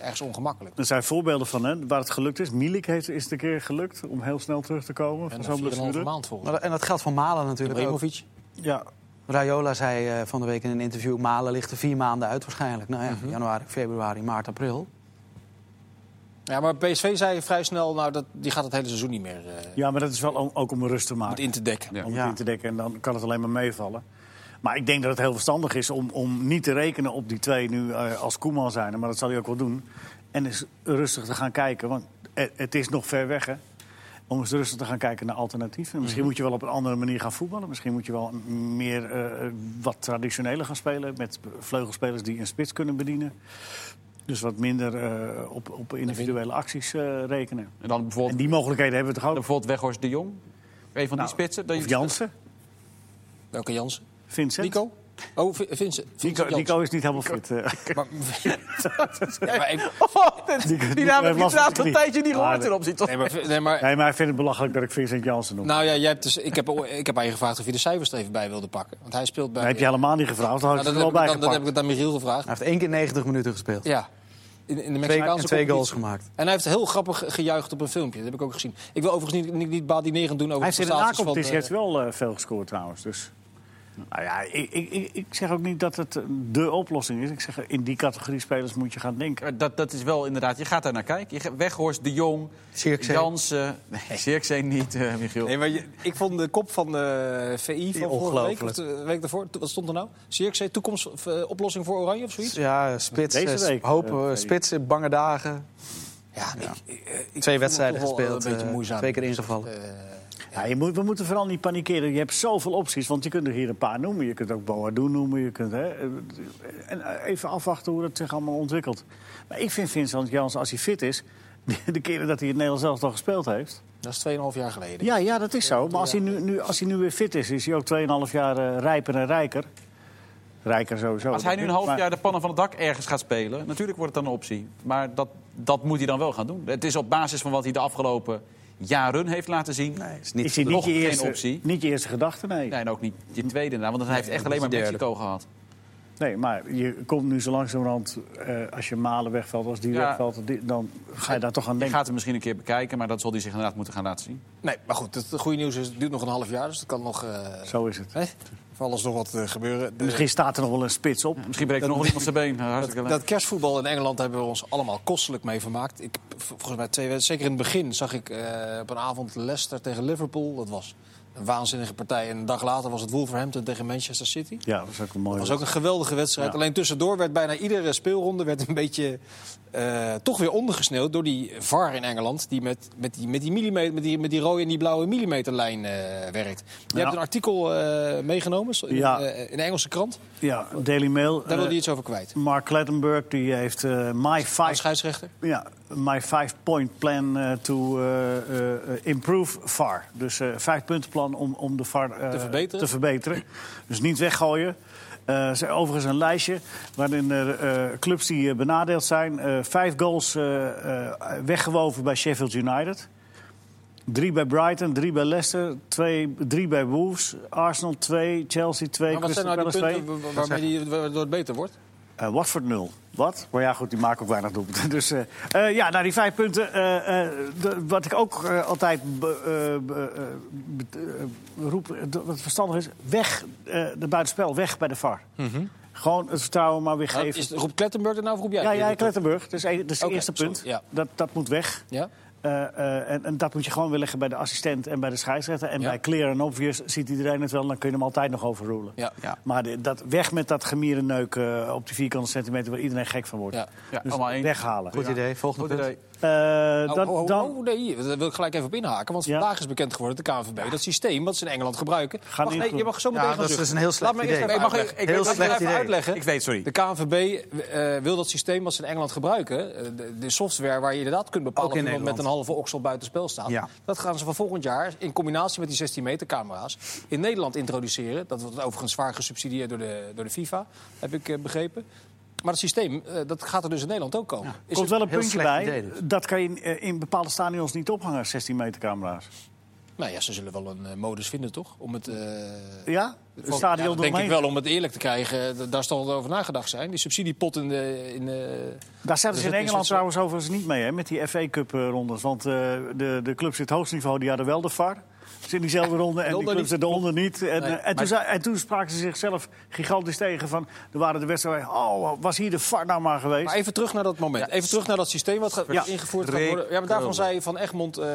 ergens ongemakkelijk. Er zijn voorbeelden van hè, waar het gelukt is. Milik heeft, is het een keer gelukt om heel snel terug te komen van En zo'n een 4,5 blessure. maand volgens Maar dat- En dat geldt voor Malen natuurlijk ook. Ibrahimovic. Ja, Raiola zei eh, van de week in een interview... Malen ligt er vier maanden uit waarschijnlijk. Nou ja, januari, februari, maart, april. Ja, maar PSV zei vrij snel, nou, dat, die gaat het hele seizoen niet meer eh, ja, maar dat is wel om- ook om rust te het maken. in te dekken. Ja. om het Ja. in te dekken. En dan kan het alleen maar meevallen. Maar ik denk dat het heel verstandig is om, om niet te rekenen op die twee nu eh, als Koeman zijn. Maar dat zal hij ook wel doen. En eens rustig te gaan kijken, want het, het is nog ver weg hè. Om eens rustig te gaan kijken naar alternatieven. Misschien Mhm. moet je wel op een andere manier gaan voetballen. Misschien moet je wel m- meer eh, wat traditioneler gaan spelen. Met vleugelspelers die een spits kunnen bedienen. Dus wat minder eh, op, op individuele acties eh, rekenen. En dan En bijvoorbeeld, die mogelijkheden hebben we toch dan ook? bijvoorbeeld Weghorst de Jong. Een van Nou, die spitsen. Dat Of je- Jansen, Welke Jansen? Vincent. Nico? Oh, Vi- Vincent. Nico, Vincent Jansen. Nico is niet helemaal fit. eh. Maar, ja, maar, ik- Oh, dit- Die- die die naam heb heeft last van ik inderdaad zijn een knie. tijdje niet Ja, Ah, gehoord dat- erop zit. nee, maar, nee, maar Nee, maar ik vind het belachelijk dat ik Vincent Jansen noem. nou ja, jij hebt dus, ik, heb, ik heb aan je gevraagd of je de cijfers er even bij wilde pakken. Want hij speelt bij... dat heb je helemaal niet gevraagd. Dan had Nou, ik het dat, er wel heb bij ik, dan, dat heb ik gepakt. het aan Michiel gevraagd. Hij heeft één keer 90 minuten gespeeld. Ja. In, in de Twee, en Mexicaanse twee goals competitie. gemaakt. En hij heeft heel grappig gejuicht op een filmpje. Dat heb ik ook gezien. Ik wil overigens niet, niet, niet badinerend doen over Hij heeft in de de prestaties van... nacompetitie eh, heeft wel eh, veel gescoord trouwens. Dus. Nou ja, ik, ik, ik, ik zeg ook niet dat het eh, de oplossing is. Ik zeg, in die categorie spelers moet je gaan denken. Maar Dat, dat is wel inderdaad, je gaat daar naar kijken. Je gaat- Weghorst, De Jong, Zirkzee. Jansen. Nee, Zirkzee niet, eh, Michiel. Nee, maar je- ik vond de kop van de VI van vorige week, of ongelooflijk. de week daarvoor, wat stond er nou? Zirkzee, toekomst, of, eh, oplossing voor Oranje of zoiets? Ja, spits, Deze eh, sp- week, hopen, eh, we, spitsen, bange dagen. Ja, Ik, eh, ik vond Twee het wedstrijden toch wel gespeeld, Een beetje eh, moeizaam. twee keer ingevallen. Ja, je moet, we moeten vooral niet panikeren. Je hebt zoveel opties, want je kunt er hier een paar noemen. Je kunt ook Boadu noemen. Je kunt, hè, eh, en eh, even afwachten hoe dat zich allemaal ontwikkelt. Maar ik vind Vincent Jansen, als hij fit is... de keren dat hij het Nederlands zelf al gespeeld heeft... Dat is 2,5 jaar geleden. Ja, ja, dat is zo. Maar als hij nu, nu, als hij nu weer fit is, is hij ook 2,5 jaar eh, rijper en rijker. Rijker sowieso. Als hij nu een Maar- half jaar de pannen van het dak ergens gaat spelen, natuurlijk wordt het dan een optie. Maar dat, dat moet hij dan wel gaan doen. Het is op basis van wat hij de afgelopen jaren heeft laten zien. Nee, is niet is hij te niet nog je geen eerste, optie. Niet je eerste gedachte, nee. Nee, en ook niet je tweede inderdaad, want hij heeft echt alleen maar derde. Mexico gehad. Nee, maar je komt nu zo langzamerhand, eh, als je Malen wegvalt, als die Ja. wegvalt, die- dan ga je daar toch aan Je denken. gaat hem misschien een keer bekijken, maar dat zal hij zich inderdaad moeten gaan laten zien. Nee, maar goed, het goede nieuws is, het duurt nog een half jaar. Dus dat kan nog... eh Zo is het. hè, van alles nog wat eh, gebeuren. De- Misschien staat er nog wel een spits op. Misschien breekt er nog wel iemand zijn been. Hartstikke leuk. dat kerstvoetbal in Engeland hebben we ons allemaal kostelijk mee vermaakt. Ik, v- volgens mij twee wedstrijden, zeker in het begin, zag ik eh, op een avond Leicester tegen Liverpool. Dat was een waanzinnige partij. En een dag later was het Wolverhampton tegen Manchester City. Ja, dat is ook een mooie. Het was ook een geweldige wedstrijd. Ja. Alleen tussendoor werd bijna iedere speelronde werd een beetje eh, toch weer ondergesneeuwd door die VAR in Engeland. Die met, met, die, met, die, millimeter, met, die, met die rode en die blauwe millimeterlijn eh, werkt. Je Ja. hebt een artikel eh, meegenomen in, Ja. eh, in de Engelse krant. Ja, Daily Mail. Daar wil eh, je iets over kwijt. Mark Klettenburg die heeft eh, My Als Five scheidsrechter. Ja, my five-point plan eh, to eh, eh, improve VAR. Dus eh vijf puntenplan om, om de VAR eh, Te verbeteren. verbeteren. Dus niet weggooien. Eh, Er is overigens een lijstje waarin er eh, clubs die eh, benadeeld zijn. eh, vijf goals eh, eh, weggewoven bij Sheffield United. Drie bij Brighton, drie bij Leicester, twee, drie bij Wolves, Arsenal twee, Chelsea twee, Maar wat zijn Crystal nou die Palace twee. punten wa- wa- waarmee die, waardoor het beter wordt? Eh, Watford 0. Wat? Maar ja, goed, die maken ook weinig doelpunten. Dus eh, eh, ja, nou die vijf punten. eh, eh, de- wat ik ook eh, altijd be- eh, be- eh, be- eh, roep, eh, dat wat verstandig is, weg, eh de buitenspel, weg bij de VAR. Gewoon het vertrouwen maar weer Mhm. Nou, geven. is, roept Klettenburg er nou of roep jij? Ja, ja, Klettenburg, dat is e- dat is het Oké, eerste sorry, punt. ja. Dat, dat moet weg. Ja? Eh, eh, en, en dat moet je gewoon weer leggen bij de assistent en bij de scheidsrechter. En Ja. bij clear en obvious ziet iedereen het wel, dan kun je hem altijd nog overroelen. Ja. Ja. Maar de- dat, weg met dat gemierenneuk eh op die vierkante centimeter waar iedereen gek van wordt. Ja. Ja, Dus allemaal één. weghalen. Goed idee, volgende Goed punt. idee. Eh, Oh, dan, oh, oh, dan nee, hier, daar wil ik gelijk even op inhaken. Want Ja. vandaag is bekend geworden dat de KNVB dat systeem wat ze in Engeland gebruiken. Gaat Wacht, niet nee, goed. je mag zo meteen Ja, gaan dat is zuchten. een heel slecht Mag idee. even Nee, mag ik- uitleggen. ik Heel Laat me slecht even idee. uitleggen. Ik weet, sorry. De KNVB eh, wil dat systeem wat ze in Engeland gebruiken, eh, de, de software waar je inderdaad kunt bepalen Ook of in iemand met een Nederland. halve oksel buitenspel staat, Ja. dat gaan ze van volgend jaar in combinatie met die 16 meter camera's in Nederland introduceren. Dat wordt overigens zwaar gesubsidieerd door de, door de FIFA, heb ik eh, begrepen. Maar het systeem, eh, dat gaat er dus in Nederland ook komen. Is komt het- wel een heel puntje slecht bij. idee dus. Dat kan je in, eh, in bepaalde stadions niet ophangen, 16 meter camera's. Nou ja, ze zullen wel een eh, modus vinden, toch? Om het... eh, Ja? Het Van- stadion ja, dat denk eromheen. ik wel, om het eerlijk te krijgen. eh, d- Daar zal over nagedacht zijn. Die subsidiepot in de... In de Daar zetten Dus ze in het is Engeland wel zo- trouwens overigens niet mee, hè, met die FA Cup eh, rondes. Want eh, de, de clubs in het hoogste niveau die hadden wel de VAR. Dus in diezelfde ronde en die onder clubs niet. eronder niet. En, Nee, eh, en, toen, zei- en toen spraken ze zichzelf gigantisch tegen van... er waren de wedstrijden, oh, was hier de VAR nou maar geweest? maar even terug naar dat moment. Even terug naar dat systeem wat ge- Ja. ingevoerd gaat worden. Ja, maar daarvan zei Van Egmond... eh,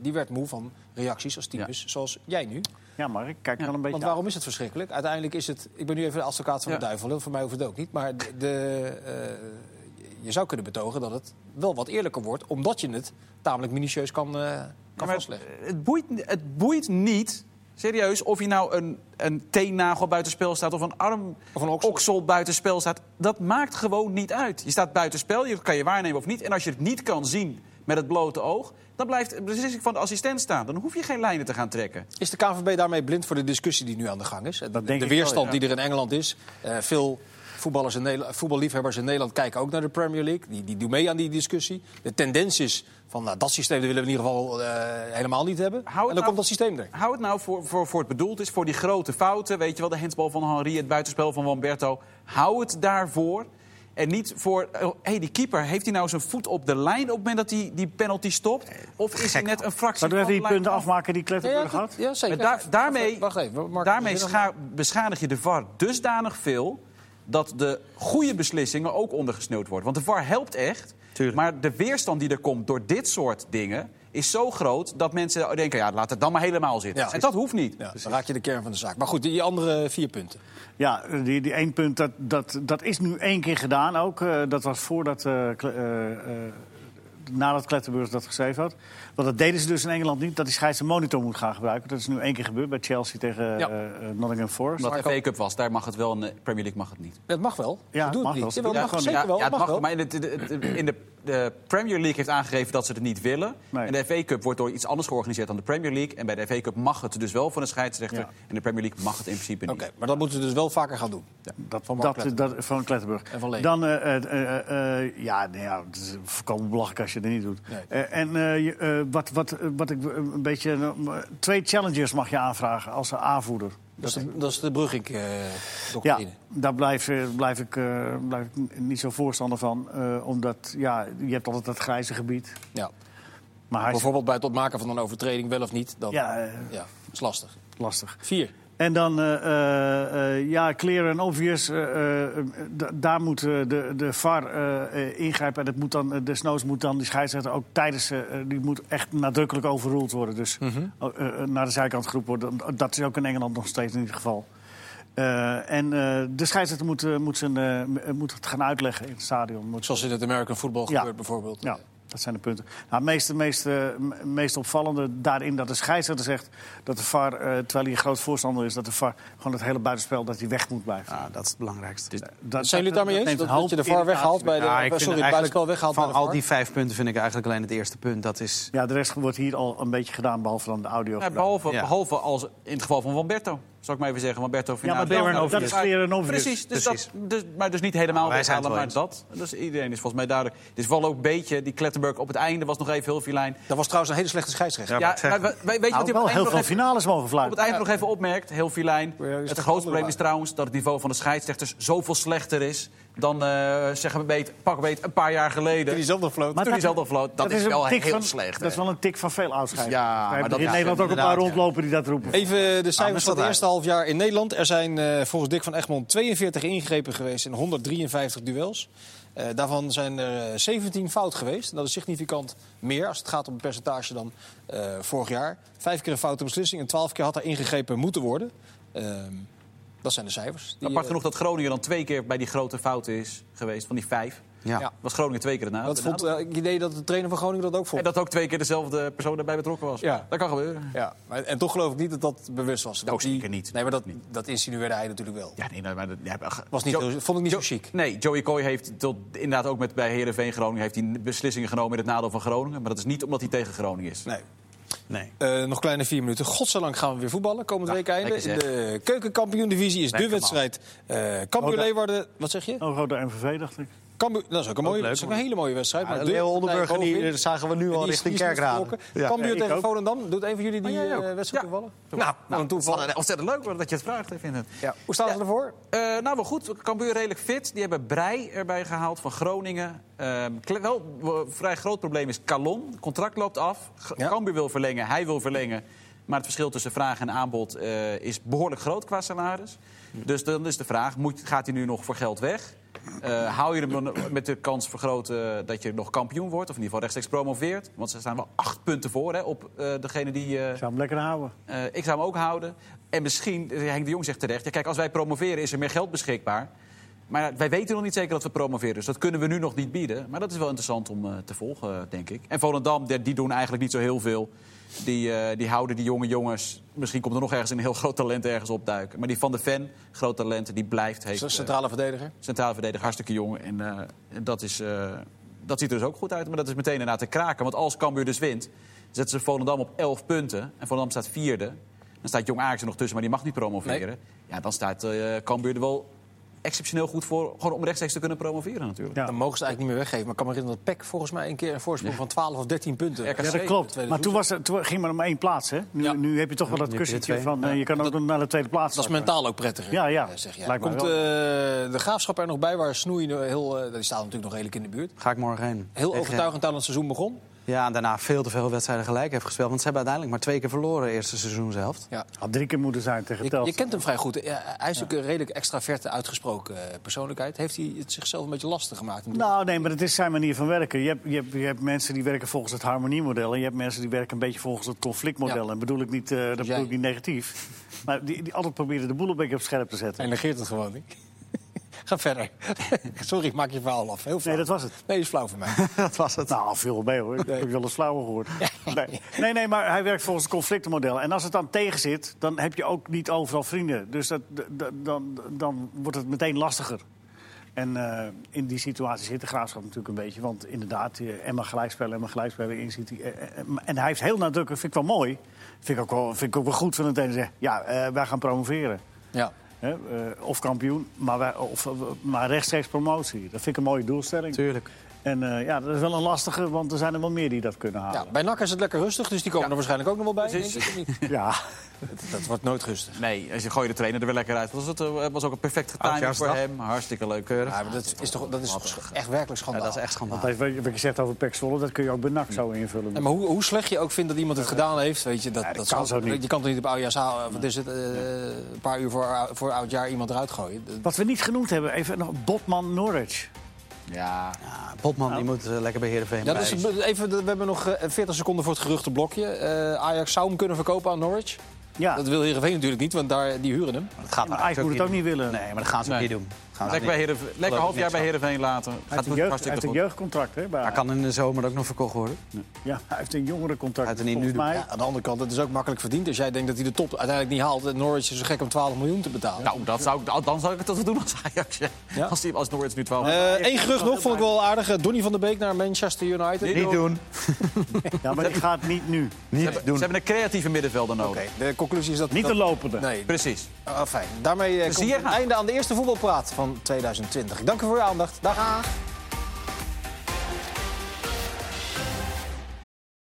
die werd moe van reacties als types, zoals jij nu. Ja, maar ik kijk wel een beetje Want waarom is het verschrikkelijk? Uiteindelijk is het... Ik ben nu even de advocaat van de Ja. duivel. hè, Voor mij hoeft het ook niet. Maar de, de, eh, je zou kunnen betogen dat het wel wat eerlijker wordt... omdat je het tamelijk minutieus kan, eh, kan Maar vastleggen. het- Het boeit, het boeit niet, serieus, of je nou een, een teennagel buitenspel staat... of een arm Of een oksel. oksel. buitenspel staat. Dat maakt gewoon niet uit. Je staat buitenspel, je kan je waarnemen of niet. En als je het niet kan zien met het blote oog... dan blijft de beslissing van de assistent staan. Dan hoef je geen lijnen te gaan trekken. Is de KNVB daarmee blind voor de discussie die nu aan de gang is? de denk ik weerstand wel, ja. die er in Engeland is. Eh, veel voetballers in Nederland, voetballiefhebbers in Nederland kijken ook naar de Premier League. Die, die doen mee aan die discussie. De tendens is van nou, dat systeem dat willen we in ieder geval eh, helemaal niet hebben. het en dan nou- komt dat systeem er. Hou het nou voor, voor, voor het bedoeld is, voor die grote fouten. Weet je wel, de handsbal van Henri, het buitenspel van Wamberto. Hou het daarvoor. En niet voor, hé, hey, die keeper, heeft hij nou zijn voet op de lijn op het moment dat hij die penalty stopt? Of is hij net een fractie Zouden we even van de die lijn punten af? afmaken die Klettenburg dat- had? ja, zeker. Maar daar- daarmee, Wacht even, Mark, daarmee je wil- scha- beschadig je de VAR dusdanig veel dat de goede beslissingen ook ondergesneeuwd worden. Want de VAR helpt echt, Tuurlijk. maar de weerstand die er komt door dit soort dingen is zo groot dat mensen denken: ja, laat het dan maar helemaal zitten. Ja. en dat hoeft niet. Ja, dan raak je de kern van de zaak. Maar goed, die andere vier punten. Ja, die, die één punt, dat, dat, dat is nu één keer gedaan ook. Eh, dat was voordat, eh, Kle- eh, eh, nadat Klettenburg dat geschreven had. Want dat deden ze dus in Engeland niet, dat die scheids een monitor moet gaan gebruiken. Dat is nu één keer gebeurd bij Chelsea tegen Ja. eh, eh, Nottingham Forest. Omdat de FA Cup was, daar mag het wel en de Premier League mag het niet. Dat mag wel. Ja, Ze doen mag het wel. niet. Ze Jawel, doen mag het zeker ja, wel. ja, het mag, wel. maar in, de- de- de- in de, de Premier League heeft aangegeven dat ze het niet willen. Nee. En de FA Cup wordt door iets anders georganiseerd dan de Premier League. En bij de FA Cup mag het dus wel voor een scheidsrechter. Ja. En de Premier League mag het in principe niet. Oké, maar dat moeten we dus wel vaker gaan doen. Dat, Van van, Mark dat, dat, van Klettenburg. En van Leen. Dan, eh, eh, eh, eh, eh, ja, nou ja, het is volkomen belachelijk als je het niet doet. Nee. Eh, en eh, je, eh, wat, wat, eh, wat ik eh, een beetje... eh, twee challengers mag je aanvragen als aanvoerder. Dat is de, dat is de eh, Ja, Brugink-doctrine. daar blijf, eh, blijf, ik, eh, blijf ik n- niet zo voorstander van. eh, omdat, ja, je hebt altijd dat grijze gebied. ja. Maar hij is Bijvoorbeeld bij het ontmaken van een overtreding, wel of niet. Dan, ja. ja, eh, dat is lastig. lastig. Vier. En dan, eh, eh, eh, ja, clear en obvious. eh, eh, d- daar moet eh, de, de VAR eh, eh, ingrijpen. En dat moet dan, eh, desnoods moet dan die scheidsrechter ook tijdens... eh, eh, die moet echt nadrukkelijk overroeld worden. Dus oh, eh, eh, naar de zijkant geroepen worden. Dat is ook in Engeland nog steeds in ieder geval. Eh, en eh, de scheidsrechter moet, eh, moet, zijn, eh, m- eh, moet het gaan uitleggen in het stadion. Moet- Zoals in het American football Ja. gebeurt bijvoorbeeld. Ja, dat zijn de punten. Nou, het meest, meest, eh, m- meest opvallende daarin dat de scheidsrechter zegt... dat de VAR, eh, terwijl hij een groot voorstander is... dat de VAR gewoon het hele buitenspel dat hij weg moet blijven. Ah, dat is het belangrijkste. Dat, Zijn jullie het daarmee eens? neemt Dat, een dat je de hoop VAR weghaalt irritatie bij de... Ja, ik eh, sorry, vind het eigenlijk buitenspel weghaalt bij Van de al VAR? die vijf punten vind ik eigenlijk alleen het eerste punt. Dat is... Nou, weg. Ja, de rest wordt hier al een beetje gedaan, behalve dan de audio. Nou, Ja, behalve, Ja. behalve als in het geval van Wamberto. zal ik maar even zeggen. Want Berto Ja, maar Finale- dat- dat is weer een obvious. Precies, dus Precies. Dat, dus, maar dus niet helemaal wij zijn weghalen, maar het wel dat. Dus iedereen is volgens mij duidelijk. Dus wel ook een beetje, die Klettenburg op het einde was nog even heel filijn. Dat was trouwens een hele slechte scheidsrechter. Ja, Ja, maar zeg- maar we- we- weet je wat Nou, wel hij op het heel einde nog veel even- finales mogen op het fluiten. einde nog even opmerkt, heel filijn. Ja, is Het toch grootste probleem handelbaar. is trouwens dat het niveau van de scheidsrechters zoveel slechter is dan, eh zeggen we beet, pak beet, een paar jaar geleden. Die is nog floot. toen hij zelf al floot, dat, is, een wel tik heel van- slecht. Dat is hè. wel een tik van veel oudscheiders. Ja, We maar hebben dat- in ja, Nederland ook een paar inderdaad, ja. rondlopen die dat roepen. Even Ah, de cijfers van het uit. eerste half jaar in Nederland. Er zijn eh, volgens Dick van Egmond 42 ingegrepen geweest in 153 duels. Eh, daarvan zijn er eh, 17 fout geweest. En dat is significant meer als het gaat om het percentage dan eh, vorig jaar. Vijf keer een foute beslissing en twaalf keer had er ingegrepen moeten worden. Ehm, dat zijn de cijfers. Die, Apart eh, genoeg dat Groningen dan twee keer bij die grote fout is geweest, van die vijf. Ja. Ja. Was Groningen twee keer erna. dat vond, eh, ik idee dat de trainer van Groningen dat ook vond. En dat ook twee keer dezelfde persoon daarbij betrokken was. Ja. Dat kan gebeuren. Ja, maar, en toch geloof ik niet dat dat bewust was. Nou, Die- zeker niet. Nee, maar dat, dat insinueerde hij natuurlijk wel. Ja, nee, nou, maar dat ja, maar- Was niet, Jo- zo- vond ik niet zo Jo- chic. Nee, Joey Coy heeft tot, inderdaad ook met, bij Heerenveen Groningen... heeft hij beslissingen genomen in het nadeel van Groningen. Maar dat is niet omdat hij tegen Groningen is. Nee. Nee. Eh, nog kleine vier minuten. Godzijdank gaan we weer voetballen. Komend Ja, week einde. lekker In de keukenkampioen-divisie is de Lekker, man. wedstrijd. eh Cambuur Oh, daar- Leeuwarden. Wat zeg je? Oh, grote MVV, dacht ik. Cambuur, dat is ook een, mooie, leuk, dat is ook een man. hele mooie wedstrijd. Ja, maar Leo Oldenburg, nee, die bovenin. eh, zagen we nu Die al is- richting die is niet Kerkraden. vertrokken. Ja. Cambuur Ja, ik tegen ook. Volendam. Doet een van jullie die Oh, jij ook. eh, wedstrijd Ja. toevallen? Nou, wat een toeval. wat een- ontzettend leuk hoor, dat je het vraagt. Ik vind het. Hoe staan ze ervoor? Eh, nou, wel goed. Cambuur redelijk fit. Die hebben Brei erbij gehaald van Groningen. Ehm, kle- wel w- vrij groot probleem is Calon. Contract loopt af. G- Ja. Cambuur wil verlengen, hij wil verlengen. Maar het verschil tussen vraag en aanbod eh, is behoorlijk groot qua salaris. Dus dan is de vraag, moet, gaat hij nu nog voor geld weg? Eh, hou je hem dan met de kans vergroot eh, dat je nog kampioen wordt? Of in ieder geval rechtstreeks promoveert? Want ze staan wel acht punten voor hè, op eh, degene die... eh, Ik zou hem lekker houden. eh, ik zou hem ook houden. En misschien, eh, Henk de Jong zegt terecht... Ja, kijk, als wij promoveren is er meer geld beschikbaar. Maar ja, wij weten nog niet zeker dat we promoveren. Dus dat kunnen we nu nog niet bieden. Maar dat is wel interessant om eh, te volgen, eh, denk ik. En Volendam, die, die doen eigenlijk niet zo heel veel. Die, eh, die houden die jonge jongens... Misschien komt er nog ergens een heel groot talent ergens opduiken. Maar die Van de Ven, groot talent, die blijft. Heeft, eh, Centrale verdediger. centrale verdediger, hartstikke jong. En eh, dat, is, eh, dat ziet er dus ook goed uit. Maar dat is meteen daarna te kraken. Want als Cambuur dus wint, zetten ze Volendam op 11 punten. En Volendam staat vierde. Dan staat Jong Ajax er nog tussen, maar die mag niet promoveren. Ja, dan staat eh Cambuur er wel exceptioneel goed voor... gewoon om rechtstreeks te kunnen promoveren natuurlijk. Ja. Dan mogen ze eigenlijk niet meer weggeven. Maar ik kan me herinneren dat PEC volgens mij een keer een voorsprong van 12 of 13 punten. RKC. Ja, dat Zeker, de klopt. tweede Maar toen, was, er- toen ging maar om één plaats, hè? Nu, Ja. nu heb je toch wel dat Nu heb je er kussentje twee. van... eh, je kan ook nog naar de tweede plaats Dat is zakken. mentaal ook prettiger. Ja, ja. eh, Zeg jij. Lijkt me Komt eh, de graafschap er nog bij waar Snoei nu heel. eh, die staat natuurlijk nog redelijk in de buurt. Ga ik eh, morgen heen. Heel Tegen- overtuigend aan het seizoen begon. Ja, en daarna veel te veel wedstrijden gelijk heeft gespeeld. Want ze hebben uiteindelijk maar twee keer verloren eerste seizoen zelf. Ja. Had drie keer moeten zijn tegen Je, Telstra. je kent hem vrij goed. Ja, hij is ook een redelijk extraverte, uitgesproken eh, persoonlijkheid. Heeft hij het zichzelf een beetje lastig gemaakt? Nou, nee, maar het is zijn manier van werken. Je hebt, je, hebt, je hebt mensen die werken volgens het harmoniemodel... en je hebt mensen die werken een beetje volgens het conflictmodel. Ja. En bedoel ik niet, eh, dat jij. bedoel ik niet negatief. Maar die, die altijd proberen de boel een beetje op scherp te zetten. Hij negeert het gewoon niet. Ga verder. Sorry, ik maak je verhaal af. Heel flauw. Nee, dat was het. Nee, is flauw voor mij. Dat was het. Nou, veel mee hoor. Ik heb wel eens flauwer gehoord. Nee. nee, nee, maar hij werkt volgens het conflictmodel. En als het dan tegen zit, dan heb je ook niet overal vrienden. Dus dat, d- d- dan, dan wordt het meteen lastiger. En eh, in die situatie zit de graafschap natuurlijk een beetje. Want inderdaad, eh, Emma gelijkspelen, Emma gelijkspelen in City. eh, eh, eh, En hij heeft heel nadrukkelijk, vind ik wel mooi. Vind ik ook wel, vind ik ook wel goed van het ene zeggen. Ja, eh, wij gaan promoveren. Ja. Hè, eh, of kampioen, maar, wij, of, eh, maar rechtstreeks promotie. Dat vind ik een mooie doelstelling. Tuurlijk. En eh, ja, dat is wel een lastige, want er zijn er wel meer die dat kunnen Ja, halen. bij NAC is het lekker rustig, dus die komen er waarschijnlijk ook nog wel bij. Precies. denk ik, of niet? Ja, Dat- dat wordt nooit rustig. Nee, als je gooi de trainer er weer lekker uit. Was het eh, was ook een perfect getimed voor Oudjaarsdag. hem. Hartstikke leuk. Keurig. Ja, maar dat is toch, dat is toch sch- echt werkelijk Ja, schandaal. dat is echt schandaal. dat heeft wat je- wat je zegt over Pek Zwolle, dat kun je ook bij NAC zo invullen. Nee, maar hoe, hoe slecht je ook vindt dat iemand het gedaan heeft, weet je, dat, Ja, dat dat kan zal- zo niet. Je kan toch niet op oudjaars halen, wat is het, eh, een paar uur voor, eh, voor oudjaar iemand eruit gooien. Dat- Wat we niet genoemd hebben, even nog Botman Norwich. Ja, Ja, Botman die moet eh, lekker bij Heerenveen. Ja, blijven. dat is, even, we hebben nog eh, 40 seconden voor het geruchtenblokje. Eh Ajax zou hem kunnen verkopen aan Norwich. Ja, Dat wil Heerenveen natuurlijk niet, want daar, die huren hem. Dat gaat maar eigenlijk Ajax moet het ook niet niet willen. doen. Nee, maar dat gaan ze ook Nee. niet doen. Gaan we Lekker, bij Heerenve- lekker half jaar bij Heerenveen laten. Hij Gaat heeft het een, jeugd, hij hartstikke heeft een goed. jeugdcontract, hè? bij- Hij kan in de zomer ook nog verkocht worden. Ja, hij heeft een jongerencontract. Hij heeft er niet volgens nu- mij. Ja, aan de andere kant, het is ook makkelijk verdiend. Als jij denkt dat hij de top uiteindelijk niet haalt... en Norwich is zo gek om 12 miljoen te betalen. Nou, dat zou, ik- dan zou ik het wel doen als Ajax. ja. Ja? Als, die, als Norwich nu 12 Eén Eh, gerucht nog, vond ik wel aardig. Eh, Donny van der Beek naar Manchester United. Niet Oké, doen. Ja, maar die gaat niet nu. ze, hebben, ze hebben een creatieve middenvelder nodig. de conclusie is dat... Niet de dat- lopende. Nee, Precies. Ah, fijn. Daarmee eh, komt Plezier het aan. einde aan de eerste voetbalpraat van 2020. Ik dank u voor uw aandacht. Dag.